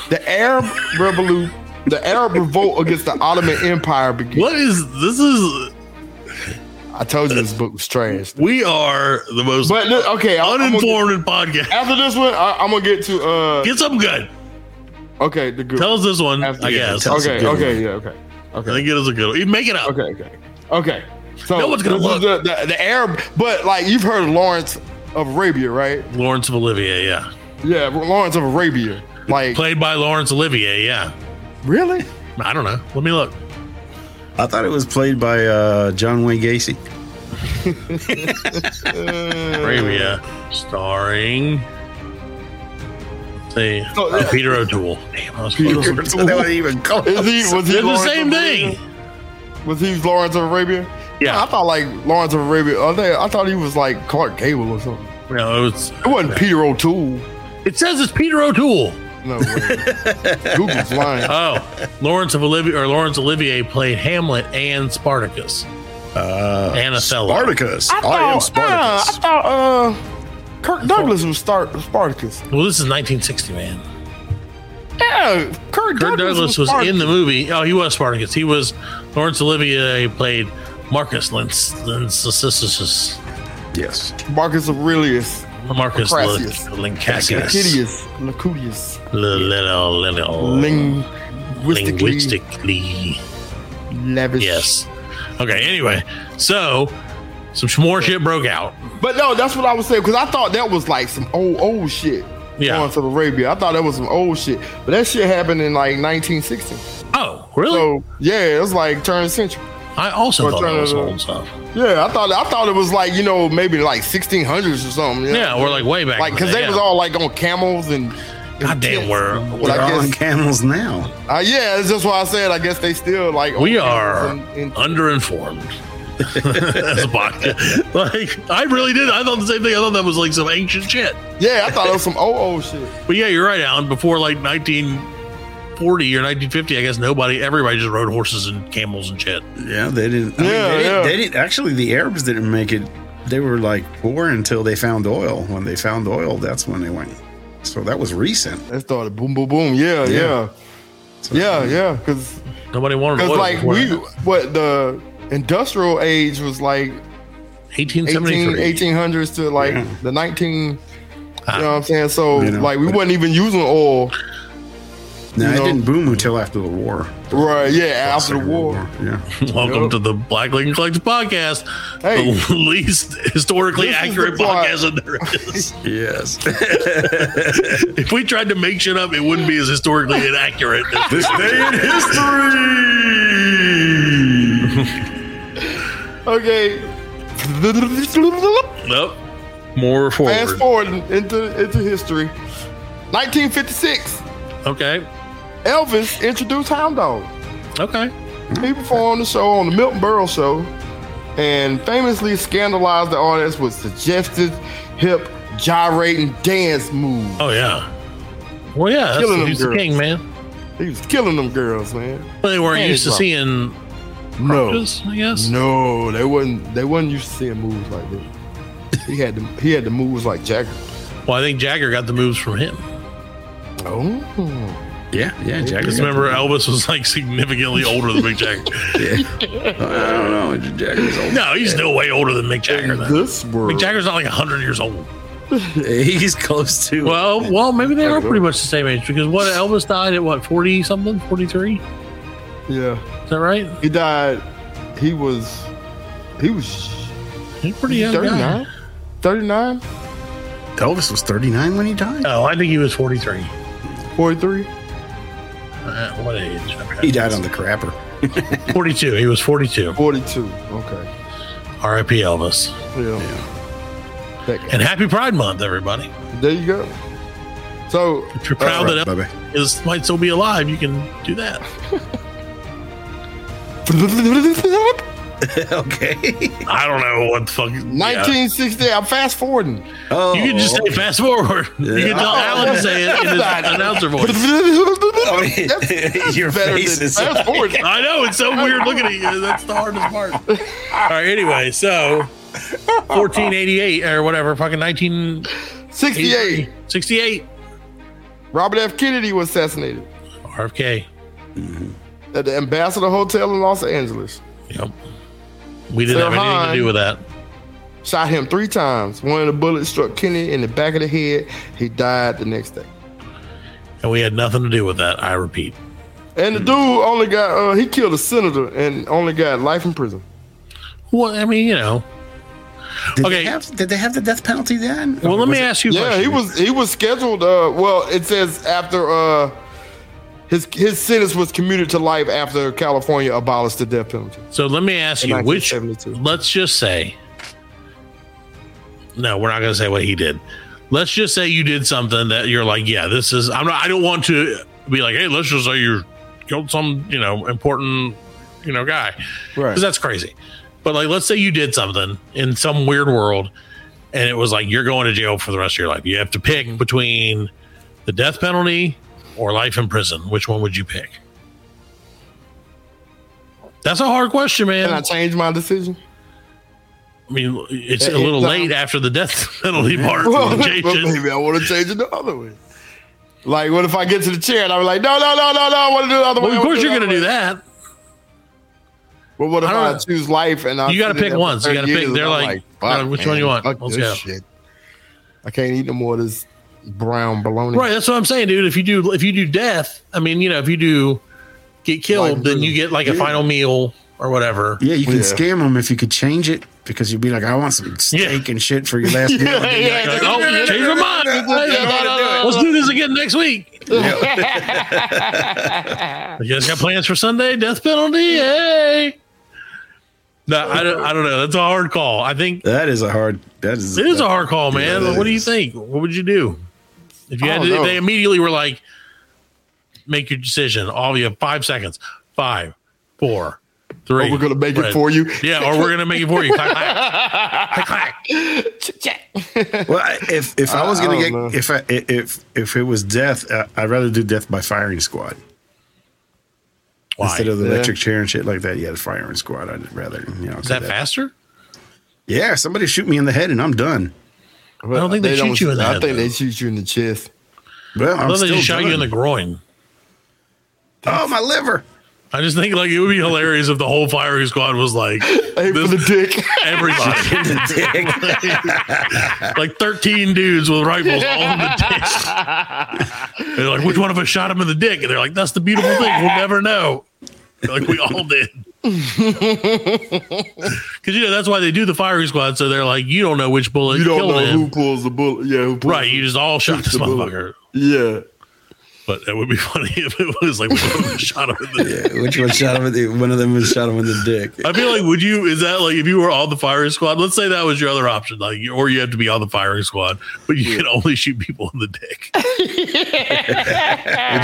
Speaker 7: The Arab revolut, the Arab revolt against the Ottoman Empire began.
Speaker 6: What is this? Is
Speaker 7: I told you this book was trash.
Speaker 6: we are the most
Speaker 7: But look, okay, I- I'm gonna get-
Speaker 6: uninformed podcast.
Speaker 7: after this one, I, I'm gonna get to uh.
Speaker 6: Get something good.
Speaker 7: Okay, the good.
Speaker 6: Tell us this one.
Speaker 7: After-
Speaker 6: I
Speaker 7: yeah,
Speaker 6: guess.
Speaker 8: tell us a
Speaker 7: okay,
Speaker 8: good
Speaker 7: okay, yeah, okay,
Speaker 6: I think it is a good one. Make it up.
Speaker 7: okay, okay, okay. So
Speaker 6: No one's gonna
Speaker 7: this is
Speaker 6: look.
Speaker 7: the, the, the Arab, but like you've heard of Lawrence of Arabia, right?
Speaker 6: Lawrence of Olivier, yeah.
Speaker 7: Yeah, Lawrence of Arabia. Like
Speaker 6: Played by Lawrence Olivier, yeah.
Speaker 7: really?
Speaker 6: I don't know. Let me look.
Speaker 8: I thought it was played by uh, John Wayne [laughs] Gacy.
Speaker 6: Arabia, starring. Let's see,
Speaker 7: So-
Speaker 6: uh, Peter O'Toole. Damn, I was close.
Speaker 8: [laughs] They wouldn't even call it.
Speaker 7: Is he was he
Speaker 6: They're the
Speaker 7: Lawrence
Speaker 6: same
Speaker 7: [laughs] of Arabia?
Speaker 6: thing.
Speaker 7: Was he Lawrence of Arabia?
Speaker 6: Yeah.
Speaker 7: I thought like Lawrence of Arabia. I, think, I thought he was like Clark Gable or something.
Speaker 6: No, it was.
Speaker 7: It wasn't Peter O'Toole.
Speaker 6: It says it's Peter O'Toole.
Speaker 7: No way. [laughs] Google's lying.
Speaker 6: Oh, Lawrence of Olivier or Lawrence Olivier played Hamlet and Spartacus. Uh, and Othello.
Speaker 8: Spartacus. I, am
Speaker 7: thought, uh, I
Speaker 8: Spartacus.
Speaker 7: thought uh, Kirk Douglas was Star- Spartacus.
Speaker 6: Well, this is 1960, man.
Speaker 7: Yeah, Kirk,
Speaker 6: Kirk Douglas was in the movie. Oh, he was Spartacus. He was Lawrence Olivier played Marcus Lins- Lincessus.
Speaker 8: yes.
Speaker 7: Marcus Aurelius,
Speaker 6: Marcus
Speaker 7: Crassus.
Speaker 6: Lin- Lincassus.
Speaker 7: Hideous, Lacudius,
Speaker 6: Little, little, little.
Speaker 7: linguistically
Speaker 6: Linguistically.
Speaker 7: lavish.
Speaker 6: Yes. Okay, anyway. So, some sh- more shit broke out.
Speaker 7: But no, that's what I was saying because I thought that was like some old old shit.
Speaker 6: Yeah.
Speaker 7: Lawrence of Arabia. I thought that was some old shit, but that shit happened in like 1960.
Speaker 6: Oh, really?
Speaker 7: So yeah, it was like turn century.
Speaker 6: I also
Speaker 7: Or
Speaker 6: thought that
Speaker 7: turn it
Speaker 6: was
Speaker 7: on.
Speaker 6: old stuff.
Speaker 7: Yeah, I thought I thought it was like you know maybe like 1600s or something. you know?
Speaker 6: Yeah, or like way back.
Speaker 7: like
Speaker 6: in the
Speaker 7: because
Speaker 6: day,
Speaker 7: they was
Speaker 6: yeah.
Speaker 7: all like on camels and
Speaker 6: Goddamn, we're,
Speaker 7: But
Speaker 8: We're
Speaker 7: I
Speaker 8: all
Speaker 7: guess-
Speaker 8: on camels now.
Speaker 7: uh, yeah, it's just why I said I guess they still like
Speaker 6: we
Speaker 7: on
Speaker 6: are
Speaker 7: camels and- and-
Speaker 6: underinformed. [laughs] As a podcast. Like, I really did. I thought the same thing. I thought that was like some ancient shit.
Speaker 7: yeah, I thought it was some old old shit.
Speaker 6: But yeah, you're right, Alan. Before like 1940 or 1950, I guess nobody, everybody just rode horses and camels and shit.
Speaker 8: Yeah, they didn't. I mean,
Speaker 7: Yeah,
Speaker 8: they, didn't
Speaker 7: yeah.
Speaker 8: they didn't. Actually, the Arabs didn't make it. They were like poor until they found oil. When they found oil, that's when they went. So that was recent.
Speaker 7: That started boom boom boom. Yeah,
Speaker 8: Yeah.
Speaker 7: yeah,
Speaker 8: So-
Speaker 7: yeah, yeah. Because
Speaker 6: Nobody wanted
Speaker 7: because
Speaker 6: oil
Speaker 7: like
Speaker 6: before
Speaker 7: we
Speaker 6: that.
Speaker 7: what the industrial age was like 18,
Speaker 6: 1873.
Speaker 7: 1800s to like
Speaker 8: Yeah.
Speaker 7: the 19.
Speaker 6: Ah.
Speaker 7: You know what I'm saying? So
Speaker 8: You know,
Speaker 7: like we
Speaker 8: but-
Speaker 7: wasn't even using oil,
Speaker 8: No,
Speaker 7: You
Speaker 8: it
Speaker 7: know-
Speaker 8: didn't boom until after the war.
Speaker 7: right? Yeah, after the
Speaker 8: Second
Speaker 7: war.
Speaker 8: Yeah.
Speaker 6: [laughs] Welcome to the Black Lincoln Collective podcast,
Speaker 7: Hey.
Speaker 6: the [laughs] least historically
Speaker 7: This is the
Speaker 6: accurate
Speaker 7: plot.
Speaker 6: podcast that there
Speaker 7: [laughs]
Speaker 6: is.
Speaker 8: Yes.
Speaker 6: [laughs] if we tried to make shit up, it wouldn't be as historically
Speaker 7: [laughs]
Speaker 6: inaccurate. as this
Speaker 8: Day in history.
Speaker 7: Okay.
Speaker 6: Nope. More
Speaker 7: Fast
Speaker 6: forward.
Speaker 7: forward into into history. 1956.
Speaker 6: Okay.
Speaker 7: Elvis introduced Hound Dog.
Speaker 6: Okay.
Speaker 7: He performed the show on the Milton Berle Show and famously scandalized the audience with suggested hip gyrating dance moves.
Speaker 6: Oh yeah. Well, yeah. That's
Speaker 7: Killing
Speaker 6: the,
Speaker 7: them
Speaker 6: he's the
Speaker 7: girls.
Speaker 6: king, man.
Speaker 7: He was killing them girls, man.
Speaker 6: Well, they weren't
Speaker 7: Man,
Speaker 6: used to
Speaker 7: he's
Speaker 6: seeing
Speaker 7: No,
Speaker 6: crutches, I guess.
Speaker 7: Oh. no, they wasn't. They wasn't used to seeing moves like that. He had the he had the moves like Jagger.
Speaker 6: Well, I think Jagger got the moves from him.
Speaker 7: Oh,
Speaker 8: [laughs] Yeah, yeah. Jagger.
Speaker 6: Because
Speaker 8: got
Speaker 6: remember,
Speaker 8: the-
Speaker 6: Elvis was like significantly older than Mick
Speaker 8: [laughs]
Speaker 6: Jagger.
Speaker 8: I don't know. Jagger's old.
Speaker 6: No, he's no way older than Mick Jagger. Though.
Speaker 7: this world.
Speaker 6: Mick Jagger's not like hundred years old.
Speaker 8: He's close to.
Speaker 6: Well, well, maybe they are pretty much the same age because what Elvis died at what forty something, forty three?
Speaker 7: Yeah,
Speaker 6: Is that right?
Speaker 7: he died. He was. He was
Speaker 6: He's a pretty young. Guy.
Speaker 7: 39. 39?
Speaker 8: Elvis was 39 when he died.
Speaker 6: Oh, I think he was forty three.
Speaker 7: 43?
Speaker 6: Uh, what age? Okay.
Speaker 8: He died on the crapper.
Speaker 6: forty two. He was forty two.
Speaker 7: 42. Okay.
Speaker 6: R.I.P. Elvis.
Speaker 7: Yeah. That guy.
Speaker 6: And happy Pride Month, everybody.
Speaker 7: There you go. So
Speaker 6: If you're proud
Speaker 8: All right,
Speaker 6: that Elvis
Speaker 8: bye-bye.
Speaker 6: is, might still be alive, you can do that.
Speaker 8: okay.
Speaker 6: I don't know what the fuck.
Speaker 7: 1960. I'm fast forwarding.
Speaker 8: Oh,
Speaker 6: You can just say fast forward. You can tell
Speaker 8: Oh.
Speaker 6: Alan to say it in
Speaker 8: [laughs]
Speaker 6: his announcer voice.
Speaker 7: That's- [laughs] that's
Speaker 8: your
Speaker 7: better
Speaker 8: face
Speaker 7: than
Speaker 8: is
Speaker 7: fast forward.
Speaker 6: [laughs] I know it's so weird looking at you. That's the hardest part. All right. Anyway, so 1488 or whatever, fucking
Speaker 7: 68.
Speaker 6: 1968.
Speaker 7: Robert F. Kennedy was assassinated
Speaker 6: RFK.
Speaker 7: at the Ambassador Hotel in Los Angeles.
Speaker 6: Yep. We didn't
Speaker 7: Sarah
Speaker 6: have anything to
Speaker 7: Hahn.
Speaker 6: do with that.
Speaker 7: Shot him three times. One of the bullets struck Kennedy in the back of the head. He died the next day.
Speaker 6: And we had nothing to do with that. I repeat.
Speaker 7: And the dude only got uh, he killed a senator and only got life in prison.
Speaker 6: Well, I mean, you know.
Speaker 8: Did
Speaker 6: Okay.
Speaker 8: They have, did they have the death penalty then?
Speaker 6: Well,
Speaker 8: Or
Speaker 6: let
Speaker 8: was
Speaker 6: me
Speaker 8: it-
Speaker 6: ask you. a
Speaker 7: Yeah, he
Speaker 6: question.
Speaker 7: was he was scheduled. Uh, well, it says after uh, his his sentence was commuted to life after California abolished the death penalty.
Speaker 6: So let me ask you, which
Speaker 7: 1972.
Speaker 6: let's just say, no, we're not going to say what he did. Let's just say you did something that you're like, yeah, this is. I'm not. I don't want to be like, hey, let's just say you killed some, you know, important you know guy,
Speaker 8: Right.
Speaker 6: Because that's crazy. But like, let's say you did something in some weird world, and it was like you're going to jail for the rest of your life. You have to pick between the death penalty or life in prison. Which one would you pick? That's a hard question, man.
Speaker 7: Can I change
Speaker 6: [laughs]
Speaker 7: my decision?
Speaker 6: I mean, it's
Speaker 7: Yeah,
Speaker 6: a little
Speaker 7: it's, uh,
Speaker 6: late after the death [laughs] penalty part.
Speaker 7: Well,
Speaker 6: Jason.
Speaker 7: maybe I want to change it the other way. Like, what if I get to the chair and I'm like, no, no, no, no, no, I want to do the other
Speaker 6: Well,
Speaker 7: way.
Speaker 6: of course, you're going to do that.
Speaker 7: But what if
Speaker 6: I
Speaker 7: I,
Speaker 6: don't-
Speaker 7: choose life and I
Speaker 6: You gotta
Speaker 7: sit in
Speaker 6: pick
Speaker 7: there for
Speaker 6: one, so you gotta
Speaker 7: 30
Speaker 6: pick-
Speaker 7: years
Speaker 6: they're
Speaker 7: and I'm
Speaker 6: like,
Speaker 7: fuck,
Speaker 6: uh, which one you want?
Speaker 7: Fuck
Speaker 6: Let's
Speaker 7: this
Speaker 6: go.
Speaker 7: shit. I can't eat no more of this brown baloney.
Speaker 6: Right, that's what I'm saying, dude. If you do, if you do death, I mean, you know, if you do get killed,
Speaker 7: Like,
Speaker 6: then you get like a
Speaker 8: yeah.
Speaker 6: final meal or whatever.
Speaker 8: Yeah, you can
Speaker 7: Yeah.
Speaker 8: scam them if you could change it because you'd be like, I want some steak and shit for your [laughs] last meal. And then you're
Speaker 6: Like,
Speaker 8: like,
Speaker 6: [laughs] oh, change your mind. Let's do this again next week. you guys got plans for Sunday? Death penalty? Hey. No, I don't, I don't know. That's a hard call. I think
Speaker 8: That is a hard. That is.
Speaker 6: it is a hard call, man.
Speaker 8: Yeah, it
Speaker 6: what do you
Speaker 8: is.
Speaker 6: think? What would you do if you
Speaker 7: I
Speaker 6: had?
Speaker 7: don't
Speaker 6: To,
Speaker 7: know.
Speaker 6: they immediately were like, "Make your decision." All you have five seconds. Five, four, three.
Speaker 7: Or we're gonna make it
Speaker 6: Red.
Speaker 7: for you.
Speaker 6: Yeah, or we're gonna make it for you. Clack, clack. Clack,
Speaker 7: [laughs]
Speaker 6: clack.
Speaker 8: Well, I- if if I, was
Speaker 7: I
Speaker 8: gonna
Speaker 7: don't
Speaker 8: get
Speaker 7: know.
Speaker 8: if I if if it was death, uh, I'd rather do death by firing squad
Speaker 6: Why?
Speaker 8: instead of the
Speaker 7: Yeah.
Speaker 8: electric chair and shit like that. Yeah, the firing squad. I'd rather you know
Speaker 6: Is
Speaker 8: 'cause
Speaker 6: that faster?
Speaker 8: Yeah, somebody shoot me in the head and I'm done.
Speaker 7: I
Speaker 6: don't think they shoot you in the
Speaker 7: I
Speaker 6: head,
Speaker 7: think
Speaker 6: though.
Speaker 7: they shoot you in the chest.
Speaker 8: Well, I'm
Speaker 6: I thought they
Speaker 8: still
Speaker 6: just shot you in the
Speaker 8: done.
Speaker 6: groin.
Speaker 8: oh
Speaker 6: [laughs]
Speaker 8: my liver.
Speaker 6: I just think like it would be hilarious if the whole firing squad was
Speaker 7: [laughs]
Speaker 6: like
Speaker 7: Hey, for
Speaker 6: this-
Speaker 7: the dick. [laughs]
Speaker 6: everybody,
Speaker 8: [laughs]
Speaker 6: like thirteen dudes with rifles all in the dick.
Speaker 7: [laughs]
Speaker 6: they're like, which one of us shot him in the dick? And they're like, that's the beautiful thing. We'll never know. Like we all
Speaker 7: [laughs]
Speaker 6: did. Because you know that's why they do the firing squad. So they're like, you don't know which bullet
Speaker 7: you don't
Speaker 6: killed
Speaker 7: know
Speaker 6: him.
Speaker 7: who pulls the bullet. Yeah, who pulls
Speaker 6: right? You just all shot
Speaker 7: Shoot
Speaker 6: this
Speaker 7: the bullet.
Speaker 6: motherfucker.
Speaker 7: yeah.
Speaker 6: But it would be [laughs] funny if it was like which
Speaker 8: [laughs]
Speaker 6: one of us shot him in the dick.
Speaker 8: Which one shot him? In the, one of them was shot him in the dick.
Speaker 6: I feel like would you is that like if you were on the firing squad? Let's say that was your other option, like you- or you have to be on the firing squad, but you can only shoot people in the dick. would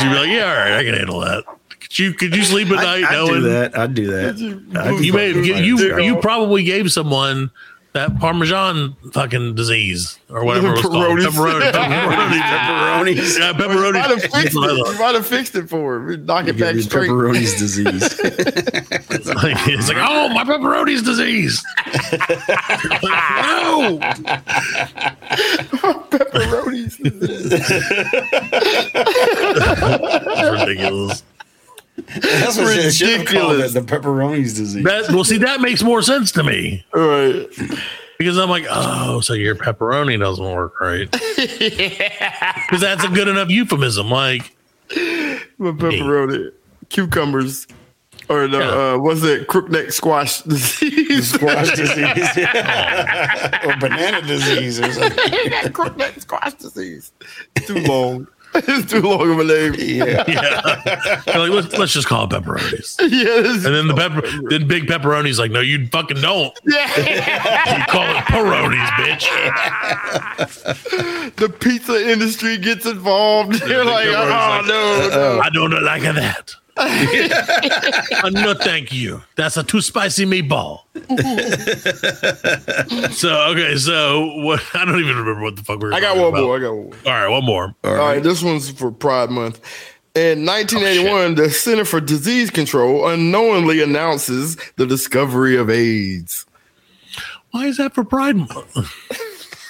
Speaker 6: you be like, yeah, all right, I can handle that? Could you could you sleep at
Speaker 8: I,
Speaker 6: night
Speaker 8: I'd do
Speaker 6: knowing
Speaker 8: that. I'd do that. I'd do
Speaker 6: you may
Speaker 8: fucking
Speaker 6: you
Speaker 8: firing
Speaker 6: you,
Speaker 8: squad.
Speaker 6: you probably gave someone that Parmesan fucking disease or whatever it was called
Speaker 7: Pepperoni.
Speaker 8: [laughs]
Speaker 6: pepperoni pepperoni
Speaker 8: pepperonis.
Speaker 6: yeah
Speaker 7: You might
Speaker 6: pepperoni.
Speaker 7: have fixed
Speaker 6: That's what I
Speaker 7: it.
Speaker 6: thought.
Speaker 7: You might have fixed it for him. Knock
Speaker 8: You
Speaker 7: it
Speaker 8: give
Speaker 7: back
Speaker 8: me
Speaker 7: straight.
Speaker 8: pepperoni's disease.
Speaker 6: Like, it's like, oh, my pepperoni's disease. no.
Speaker 7: Pepperonis.
Speaker 6: [laughs] That's ridiculous.
Speaker 8: That's what [laughs] they should have called
Speaker 7: ridiculous.
Speaker 8: it, [laughs] The pepperoni's disease.
Speaker 6: That well, see, that makes more sense to me
Speaker 7: All right.
Speaker 6: because I'm like, oh, so your pepperoni doesn't work, right? Because that's a good enough euphemism. Like,
Speaker 7: My pepperoni. Cucumbers. Or the,
Speaker 6: Yeah.
Speaker 7: uh, what's it? Crookneck squash [laughs] disease.
Speaker 6: [laughs]
Speaker 8: squash disease
Speaker 6: Oh.
Speaker 8: [laughs] or banana disease or
Speaker 6: [laughs]
Speaker 8: something.
Speaker 7: Crookneck squash disease. Too long. [laughs] it's too long of a name. Yeah.
Speaker 6: yeah, They're like let's, let's just call it pepperonis.
Speaker 7: [laughs] Yes.
Speaker 6: And then the pepper, then big pepperoni's like, no, you fucking don't. you call it peronis, bitch.
Speaker 7: the pizza industry gets involved. They're like,
Speaker 6: Cucumbers,
Speaker 7: oh
Speaker 6: like-
Speaker 7: no, no.
Speaker 6: I don't like
Speaker 7: [laughs]
Speaker 6: that. Uh, no, thank you. That's a too spicy
Speaker 7: [laughs]
Speaker 6: meatball. so okay, so what? I don't even remember what the fuck we were.
Speaker 7: I got
Speaker 6: talking
Speaker 7: one
Speaker 6: about.
Speaker 7: more. I got one more.
Speaker 6: All right, one more.
Speaker 7: All right, Oh, this one's for Pride Month. In 1981, the Center for Disease Control unknowingly announces the discovery of AIDS.
Speaker 6: Why is that for Pride Month? [laughs]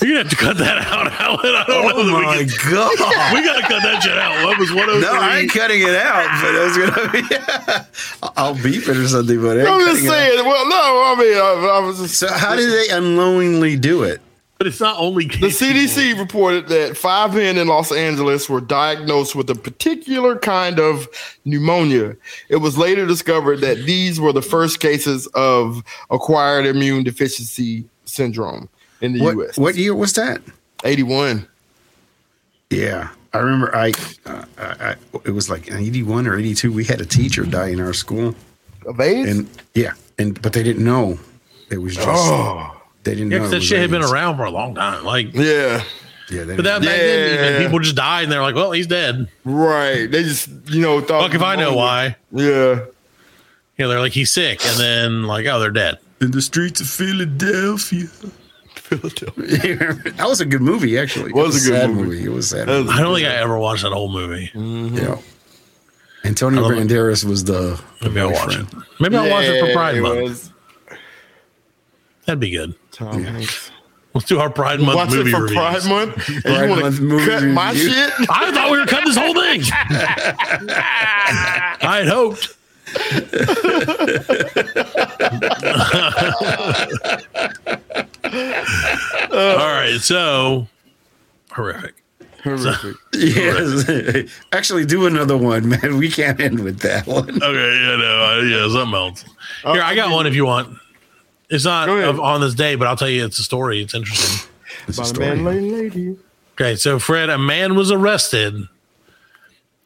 Speaker 6: You're gonna have to cut that out, [laughs] Alan. I don't
Speaker 7: Oh
Speaker 6: know that we can.
Speaker 8: Oh, god!
Speaker 6: We gotta cut that shit out. What was one of
Speaker 8: No, I ain't cutting it out, but it's gonna be. [laughs] I'll beep it or something, but I ain't
Speaker 7: I'm just
Speaker 8: cutting it out.
Speaker 7: saying. Well, no, I mean, I, I was just.
Speaker 8: So how did they unknowingly do it?
Speaker 6: But it's not only
Speaker 7: The CDC reported that five men in Los Angeles were diagnosed with a particular kind of pneumonia. It was later discovered that these were the first cases of acquired immune deficiency syndrome in the
Speaker 8: What
Speaker 7: U.S.
Speaker 8: what year was that?
Speaker 7: 81.
Speaker 8: Yeah, I remember. I, uh, I, I it was like eighty one or eighty two. We had a teacher die in our school,
Speaker 7: Of AIDS?
Speaker 8: and yeah, and but they didn't know. It was just
Speaker 7: oh,
Speaker 8: they didn't
Speaker 6: Yeah,
Speaker 8: know
Speaker 6: 'cause
Speaker 8: it
Speaker 6: that
Speaker 8: was
Speaker 6: shit had been
Speaker 8: AIDS.
Speaker 6: around for a long time. Like
Speaker 7: yeah.
Speaker 8: Yeah, they
Speaker 6: But that back then,
Speaker 7: Yeah.
Speaker 6: even people just died and they're like, well, he's dead.
Speaker 7: Right. They just, you know, thought.
Speaker 6: Fuck if I know why.
Speaker 7: Yeah.
Speaker 6: You know, they're like, he's sick. And then, like, oh, they're dead.
Speaker 8: in the streets of Philadelphia. [laughs] Philadelphia. that was a good movie, actually. It
Speaker 7: Was a good
Speaker 8: sad
Speaker 7: movie.
Speaker 8: It was a sad.
Speaker 7: That was-
Speaker 6: I don't think I ever watched that whole movie.
Speaker 7: Mm-hmm.
Speaker 8: movie, Yeah. Antonio
Speaker 6: I love it.
Speaker 8: Banderas was the
Speaker 6: Maybe I'll watch it.
Speaker 8: boyfriend.
Speaker 6: Maybe I'll watch it for
Speaker 7: Yeah,
Speaker 6: Pride
Speaker 7: it
Speaker 6: Month.
Speaker 7: was
Speaker 6: That'd be good.
Speaker 7: Tom Hanks.
Speaker 6: Let's do our Pride Month
Speaker 7: Watch it
Speaker 6: movie
Speaker 7: for
Speaker 6: reviews.
Speaker 7: Pride [laughs] Month. And
Speaker 8: Pride
Speaker 7: you want
Speaker 8: Month
Speaker 7: to
Speaker 8: movie
Speaker 7: cut my
Speaker 8: review.
Speaker 7: shit?
Speaker 6: I thought we were cutting this whole
Speaker 7: [laughs]
Speaker 6: thing. I had hoped. All right, so horrific.
Speaker 7: Horrific.
Speaker 8: Yes. [laughs] Actually, do another one, man. We can't end with that one.
Speaker 6: Okay, yeah, no, I, yeah, something else. Here, I got one if you want. It's not
Speaker 7: Oh, Go ahead.
Speaker 6: of- on this day, but I'll tell you, it's a story. It's interesting.
Speaker 8: It's a
Speaker 7: By the
Speaker 8: story.
Speaker 7: man, lady, lady.
Speaker 6: Okay, so Fred, a man was arrested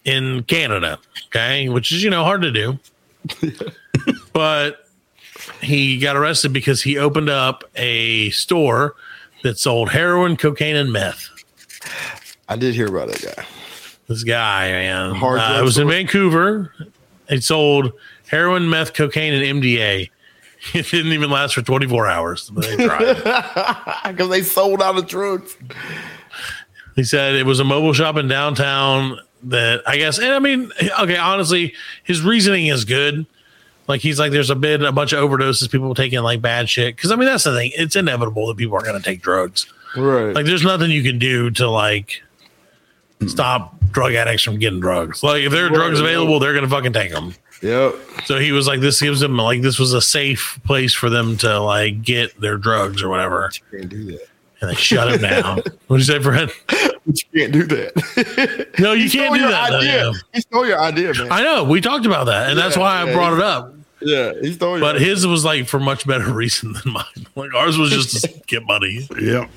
Speaker 6: in Canada, okay, which is, you know, hard to
Speaker 7: [laughs]
Speaker 6: do. but he got arrested because he opened up a store that sold heroin, cocaine, and meth.
Speaker 7: I did hear about that guy.
Speaker 6: This guy, man.
Speaker 7: Hard
Speaker 6: Uh,
Speaker 7: drug
Speaker 6: it was in
Speaker 7: store.
Speaker 6: Vancouver. It sold heroin, meth, cocaine, and MDA. [laughs] It didn't even last for 24 hours. But they tried.
Speaker 7: Because they sold out of drugs.
Speaker 6: He said it was a mobile shop in downtown that I guess, and I mean, okay, honestly, his reasoning is good. Like he's like, there's a bit a bunch of overdoses, people taking like bad shit. Because I mean, that's the thing; it's inevitable that people are going to take drugs.
Speaker 7: Right.
Speaker 6: Like, there's nothing you can do to like stop drug addicts from getting drugs. Like, if there are drugs available, they're going to fucking take them.
Speaker 7: yep.
Speaker 6: So he was like, this gives them like this was a safe place for them to like get their drugs or whatever,
Speaker 7: You can't do that.
Speaker 6: and they shut him
Speaker 7: [laughs]
Speaker 6: down. What'd you say, Fred?
Speaker 7: But you can't do that. [laughs]
Speaker 6: No, you
Speaker 7: He
Speaker 6: can't
Speaker 7: stole
Speaker 6: do
Speaker 7: your
Speaker 6: that. though,
Speaker 7: Idea.
Speaker 6: yeah.
Speaker 7: He stole your idea, man.
Speaker 6: I know we talked about that, and that's
Speaker 7: Yeah,
Speaker 6: why I
Speaker 7: yeah,
Speaker 6: brought it up.
Speaker 7: yeah, he stole your
Speaker 6: But
Speaker 7: idea.
Speaker 6: his was like for much better [laughs] reason than mine. Like ours was just
Speaker 7: [laughs]
Speaker 6: to get money
Speaker 8: Yep.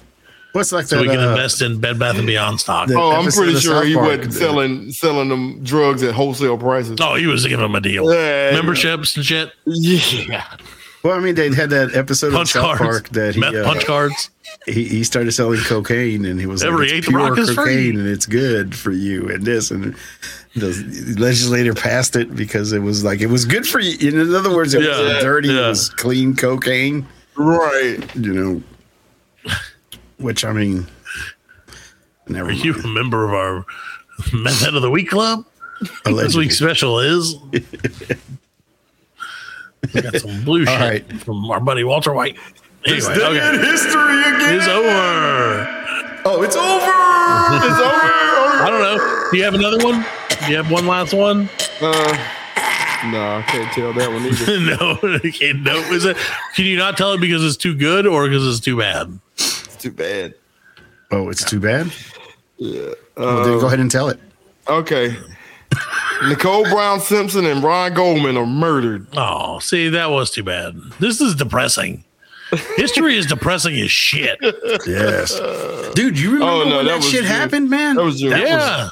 Speaker 8: What's like
Speaker 6: so
Speaker 8: that?
Speaker 6: we can
Speaker 8: uh,
Speaker 6: invest in Bed Bath and Beyond stock.
Speaker 8: that
Speaker 7: Oh, I'm
Speaker 8: episode
Speaker 7: pretty
Speaker 8: of
Speaker 7: sure
Speaker 8: South
Speaker 7: he
Speaker 8: Park
Speaker 7: wasn't
Speaker 8: that-
Speaker 7: selling selling them drugs at wholesale prices.
Speaker 6: Oh, he was giving them a deal,
Speaker 7: Yeah.
Speaker 6: memberships and shit,
Speaker 7: Yeah.
Speaker 8: Well, I mean, they had that episode
Speaker 6: punch
Speaker 8: of South
Speaker 6: cards,
Speaker 8: Park that he,
Speaker 6: meth
Speaker 8: uh,
Speaker 6: punch cards.
Speaker 8: he he started selling cocaine, and he was like,
Speaker 6: Every
Speaker 8: "It's
Speaker 6: eighth
Speaker 8: pure
Speaker 6: rock is
Speaker 8: cocaine,
Speaker 6: free."
Speaker 8: and it's good for you." And this, and the legislator passed it because it was like it was good for you. In other words, it
Speaker 6: Yeah,
Speaker 8: wasn't dirty;
Speaker 6: yeah.
Speaker 8: it was clean cocaine.
Speaker 7: Right.
Speaker 8: You know, which I mean, never.
Speaker 6: Are you
Speaker 8: mind.
Speaker 6: a member of our [laughs] Meth Head of the Week Club? This
Speaker 8: Allegedly.
Speaker 6: week's special [laughs] is. We got some blue shit
Speaker 8: right.
Speaker 6: from our buddy Walter White. Anyway, okay,
Speaker 8: history again.
Speaker 6: it's over.
Speaker 8: Oh,
Speaker 7: [laughs]
Speaker 8: it's over.
Speaker 7: It's over.
Speaker 6: I don't know. Do you have another one? Do you have one last one?
Speaker 7: No, I can't tell that one
Speaker 6: [laughs]
Speaker 7: either.
Speaker 6: no, okay, no. Is it? Can you not tell it because it's too good or because it's too bad?
Speaker 7: It's too bad.
Speaker 8: Oh, it's too bad. Well,
Speaker 7: um,
Speaker 8: then go ahead and tell it.
Speaker 7: Okay. Nicole Brown Simpson and Ron Goldman are murdered.
Speaker 6: Oh, see, that was too bad. This is depressing. History is depressing as [laughs] shit.
Speaker 8: Yes, dude. You remember
Speaker 7: Oh, no,
Speaker 8: when
Speaker 7: that
Speaker 8: that,
Speaker 7: was
Speaker 8: shit
Speaker 7: good.
Speaker 8: happened, man?
Speaker 7: That was your
Speaker 6: Yeah,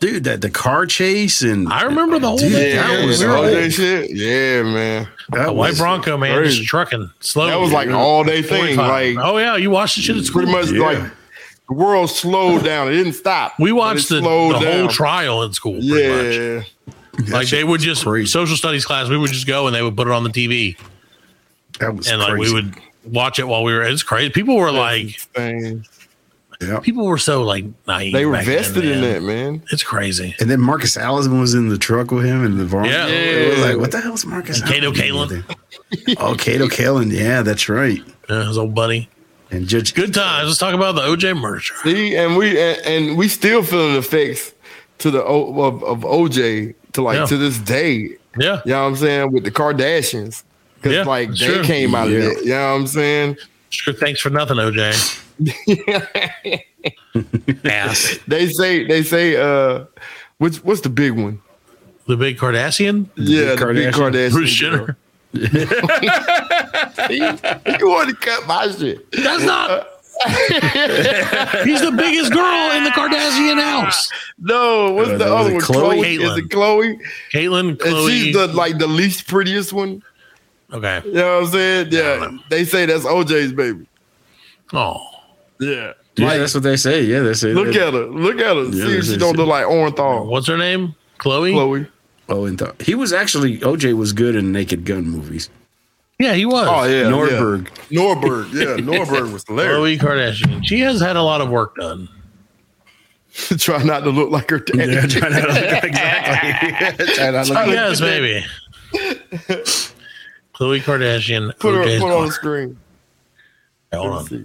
Speaker 8: dude. That the car chase and
Speaker 6: I remember the whole
Speaker 8: Dude,
Speaker 6: thing.
Speaker 8: that
Speaker 7: yeah,
Speaker 8: was
Speaker 7: the all
Speaker 8: old.
Speaker 7: day shit. Yeah, man.
Speaker 8: that
Speaker 6: White
Speaker 8: was-
Speaker 6: Bronco man
Speaker 7: crazy.
Speaker 6: just trucking slow.
Speaker 7: That was like an all day thing.
Speaker 6: 45.
Speaker 7: Like
Speaker 6: oh yeah, you watched the shit at school.
Speaker 7: pretty much
Speaker 8: Yeah.
Speaker 7: like the world slowed down. It didn't stop.
Speaker 6: we
Speaker 7: but
Speaker 6: watched
Speaker 7: it
Speaker 6: the, the
Speaker 7: slowed
Speaker 6: whole
Speaker 7: down.
Speaker 6: trial in school. Pretty much.
Speaker 7: Yeah.
Speaker 6: like they would just
Speaker 8: crazy.
Speaker 6: social studies class. We would just go and they would put it on the TV.
Speaker 8: That was
Speaker 6: and like we
Speaker 8: crazy.
Speaker 6: would watch it while we were it's crazy people were like
Speaker 7: Thing.
Speaker 8: Yeah.
Speaker 6: people were so like naive
Speaker 7: They were
Speaker 6: back then,
Speaker 7: vested in
Speaker 6: man.
Speaker 7: that, man.
Speaker 6: it's crazy
Speaker 8: And then Marcus Allison was in the truck with him and the Varn.
Speaker 6: Yeah.
Speaker 8: It was like, what the hell's Marcus?
Speaker 6: And Kato
Speaker 8: Allison doing? oh, Kato Kalen. Yeah, that's right.
Speaker 6: yeah, his old buddy
Speaker 8: And Judge.
Speaker 6: good times let's talk about the oj merger
Speaker 7: See, and we and, and we still feeling the effects to the O- of, of OJ to like
Speaker 6: Yeah.
Speaker 7: to this day.
Speaker 6: yeah
Speaker 7: You know what I'm saying? With the Kardashians. Because
Speaker 6: Yeah,
Speaker 7: like they
Speaker 6: sure.
Speaker 7: came out
Speaker 8: Yeah.
Speaker 7: of it. You know what I'm saying?
Speaker 6: sure thanks for nothing oj ass
Speaker 7: They say they say uh what's what's the big one?
Speaker 6: the big kardashian
Speaker 7: yeah, the big Kardashian.
Speaker 6: bruce jenner
Speaker 7: girl. [laughs] You want to cut my shit.
Speaker 6: that's
Speaker 7: [laughs]
Speaker 6: not he's the biggest girl in the kardashian house
Speaker 7: No, what's
Speaker 8: Uh,
Speaker 7: the
Speaker 8: that was
Speaker 7: other
Speaker 8: a
Speaker 7: one?
Speaker 8: Khloe?
Speaker 7: Chloe. Is
Speaker 6: Caitlyn.
Speaker 7: it Chloe?
Speaker 6: caitlin
Speaker 7: And
Speaker 6: chloe
Speaker 7: she's the like the least prettiest one.
Speaker 6: okay
Speaker 7: You know what I'm saying? Yeah. They say that's OJ's baby.
Speaker 6: oh
Speaker 7: Yeah.
Speaker 8: Yeah, that's what they say. Yeah, they say.
Speaker 7: Look
Speaker 8: that.
Speaker 7: at her. Look at her.
Speaker 8: Yeah,
Speaker 7: See if
Speaker 8: it's-
Speaker 7: she don't look like Orenthal.
Speaker 6: What's her name? Chloe.
Speaker 7: Chloe.
Speaker 8: Oh, and th- he was actually OJ was good in Naked Gun movies. [laughs]
Speaker 6: Yeah, he was.
Speaker 7: Oh yeah.
Speaker 8: Norberg.
Speaker 7: Yeah. Norberg. Yeah. Norberg was
Speaker 6: Chloe
Speaker 7: hilarious.
Speaker 6: Kardashian. She has had a lot of work done.
Speaker 7: [laughs] Try not to look like her daddy.
Speaker 8: Yeah, try not to
Speaker 7: [laughs]
Speaker 8: look- exactly. [laughs] Try not to look-
Speaker 6: yes, maybe.
Speaker 7: [laughs]
Speaker 6: Chloe Kardashian.
Speaker 7: Put her
Speaker 6: OJ's
Speaker 7: put her on the
Speaker 6: daughter.
Speaker 7: screen.
Speaker 6: Hold on.
Speaker 7: See.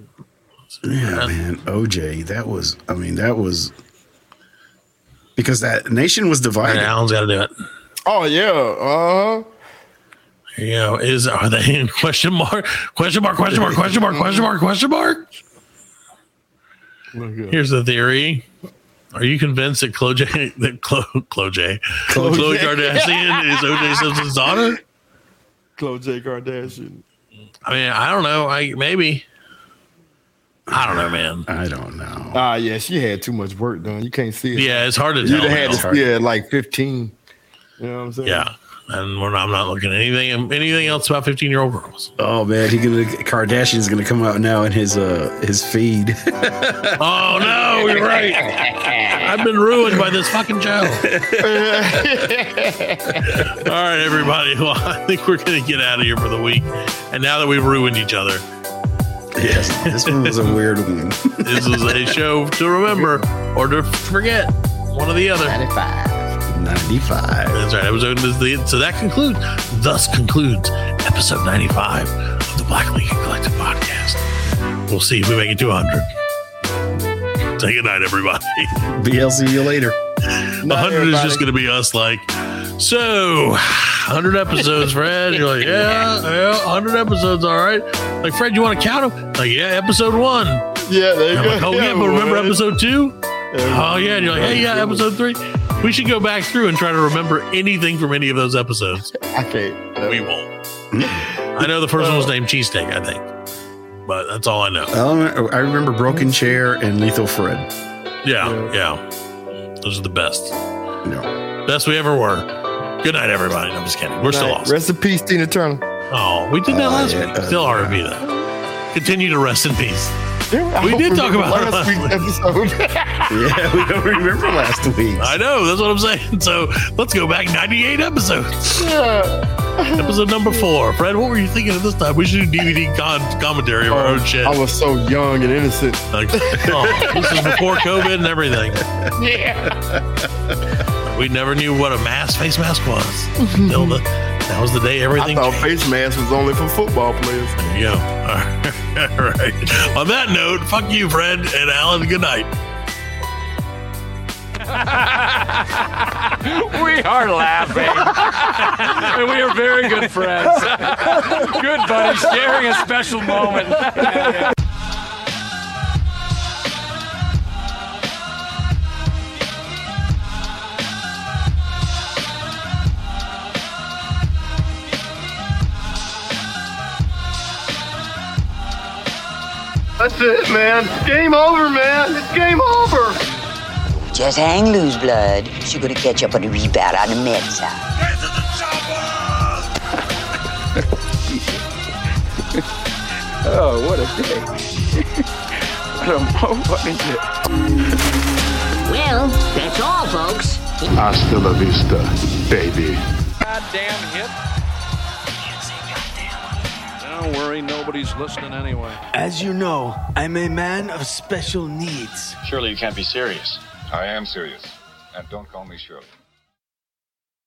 Speaker 8: Yeah, man, OJ, that was. I mean, that was because that nation was
Speaker 6: All
Speaker 8: divided.
Speaker 6: right, Alan's got to do it.
Speaker 7: Oh yeah. Uh huh.
Speaker 6: Here you go. Is are they in question mark? Question mark? Question mark? Question mark? Question mark? Question mark? Here's the theory. Are you convinced that Chloe [laughs] that Chloe Chloe, Chloe, Chloe Kardashian is
Speaker 7: [laughs]
Speaker 6: OJ Simpson's daughter?
Speaker 7: Chloe J. Kardashian.
Speaker 6: I mean, I don't know. I maybe. I don't know, man.
Speaker 8: I don't know.
Speaker 7: Ah yeah, she had too much work done. You can't see it.
Speaker 6: Yeah, it's hard to
Speaker 7: You'd
Speaker 6: tell.
Speaker 7: have had
Speaker 6: now.
Speaker 7: to see it at like fifteen. You know what I'm saying?
Speaker 6: Yeah, and we're not, I'm not looking at anything anything else about 15 year old girls.
Speaker 8: Oh man, he gonna Kardashian's gonna come out now in his uh his feed. [laughs]
Speaker 6: Oh no, you're right. I've been ruined by this fucking [laughs] show. All right, everybody. Well, I think we're gonna get out of here for the week. And now that we've ruined each other,
Speaker 8: yes, this one was a weird one.
Speaker 6: this is a show to remember or to forget. One or the other.
Speaker 8: Ninety five.
Speaker 6: That's right. Episode is the so that concludes. Thus concludes episode ninety-five of the Black Lincoln Collective podcast. We'll see if we make it to hundred. Say good night, everybody. [laughs]
Speaker 8: BLC you later.
Speaker 6: hundred is just going to be us, like so. Hundred episodes, Fred. You're [laughs] like, yeah, yeah. Hundred episodes, all right. Like, Fred, you want to count them? Like, yeah, episode one. And
Speaker 7: Yeah, there you
Speaker 6: I'm
Speaker 7: go. [laughs]
Speaker 6: like, oh [laughs] yeah, but remember episode two? Oh yeah, and you're like, hey, yeah,
Speaker 7: Everybody-
Speaker 6: episode three. We should go back through and try to remember anything from any of those episodes.
Speaker 7: I can't.
Speaker 6: We won't. I know the first one was named Cheesesteak, I think. But that's all I know.
Speaker 8: Element- I remember Broken Chair and Lethal Fred.
Speaker 6: Yeah, yeah. Those are the best.
Speaker 8: No.
Speaker 6: Best we ever were. Good night, everybody. No, I'm just kidding. We're still
Speaker 7: Right.
Speaker 6: lost.
Speaker 7: Rest in peace, Tina Turner.
Speaker 6: Oh, we did that
Speaker 8: Oh,
Speaker 6: last
Speaker 8: yeah,
Speaker 6: week.
Speaker 8: uh,
Speaker 6: Still
Speaker 8: yeah.
Speaker 6: RV though. Continue to rest in peace.
Speaker 7: I
Speaker 6: We did
Speaker 7: hope
Speaker 6: talk
Speaker 7: remember
Speaker 6: about her
Speaker 7: last week's episode.
Speaker 8: Yeah, [laughs] we don't remember last week.
Speaker 6: I know. That's what I'm saying. [laughs] So let's go back 98 episodes. Episode number four. Fred, what were you thinking at this time? We should do DVD con- commentary of our
Speaker 8: Um,
Speaker 6: own shit.
Speaker 7: I was so young and innocent.
Speaker 6: Like, [laughs] oh, this is before COVID and everything. Yeah. We never knew what a mask, face mask was. Until the, that was the day
Speaker 7: I
Speaker 6: everything
Speaker 7: thought
Speaker 6: changed.
Speaker 7: face masks was only for football players.
Speaker 6: There you go. [laughs] All right. On that note, fuck you, Fred and Alan. Good night.
Speaker 11: We are laughing. [laughs] and we are very
Speaker 2: [laughs]
Speaker 11: good friends. good buddies, sharing a special moment.
Speaker 4: That's it, man. Game over, man. It's game over.
Speaker 3: Just hang loose, blood. She's gonna catch up on the rebound on the med side.
Speaker 12: Well, that's all, folks.
Speaker 10: Hasta la vista, baby.
Speaker 11: Goddamn hip. Don't worry, nobody's listening anyway.
Speaker 12: As you know, I'm a man of special needs.
Speaker 11: Surely you can't be serious.
Speaker 9: I am serious. And don't call me Shirley.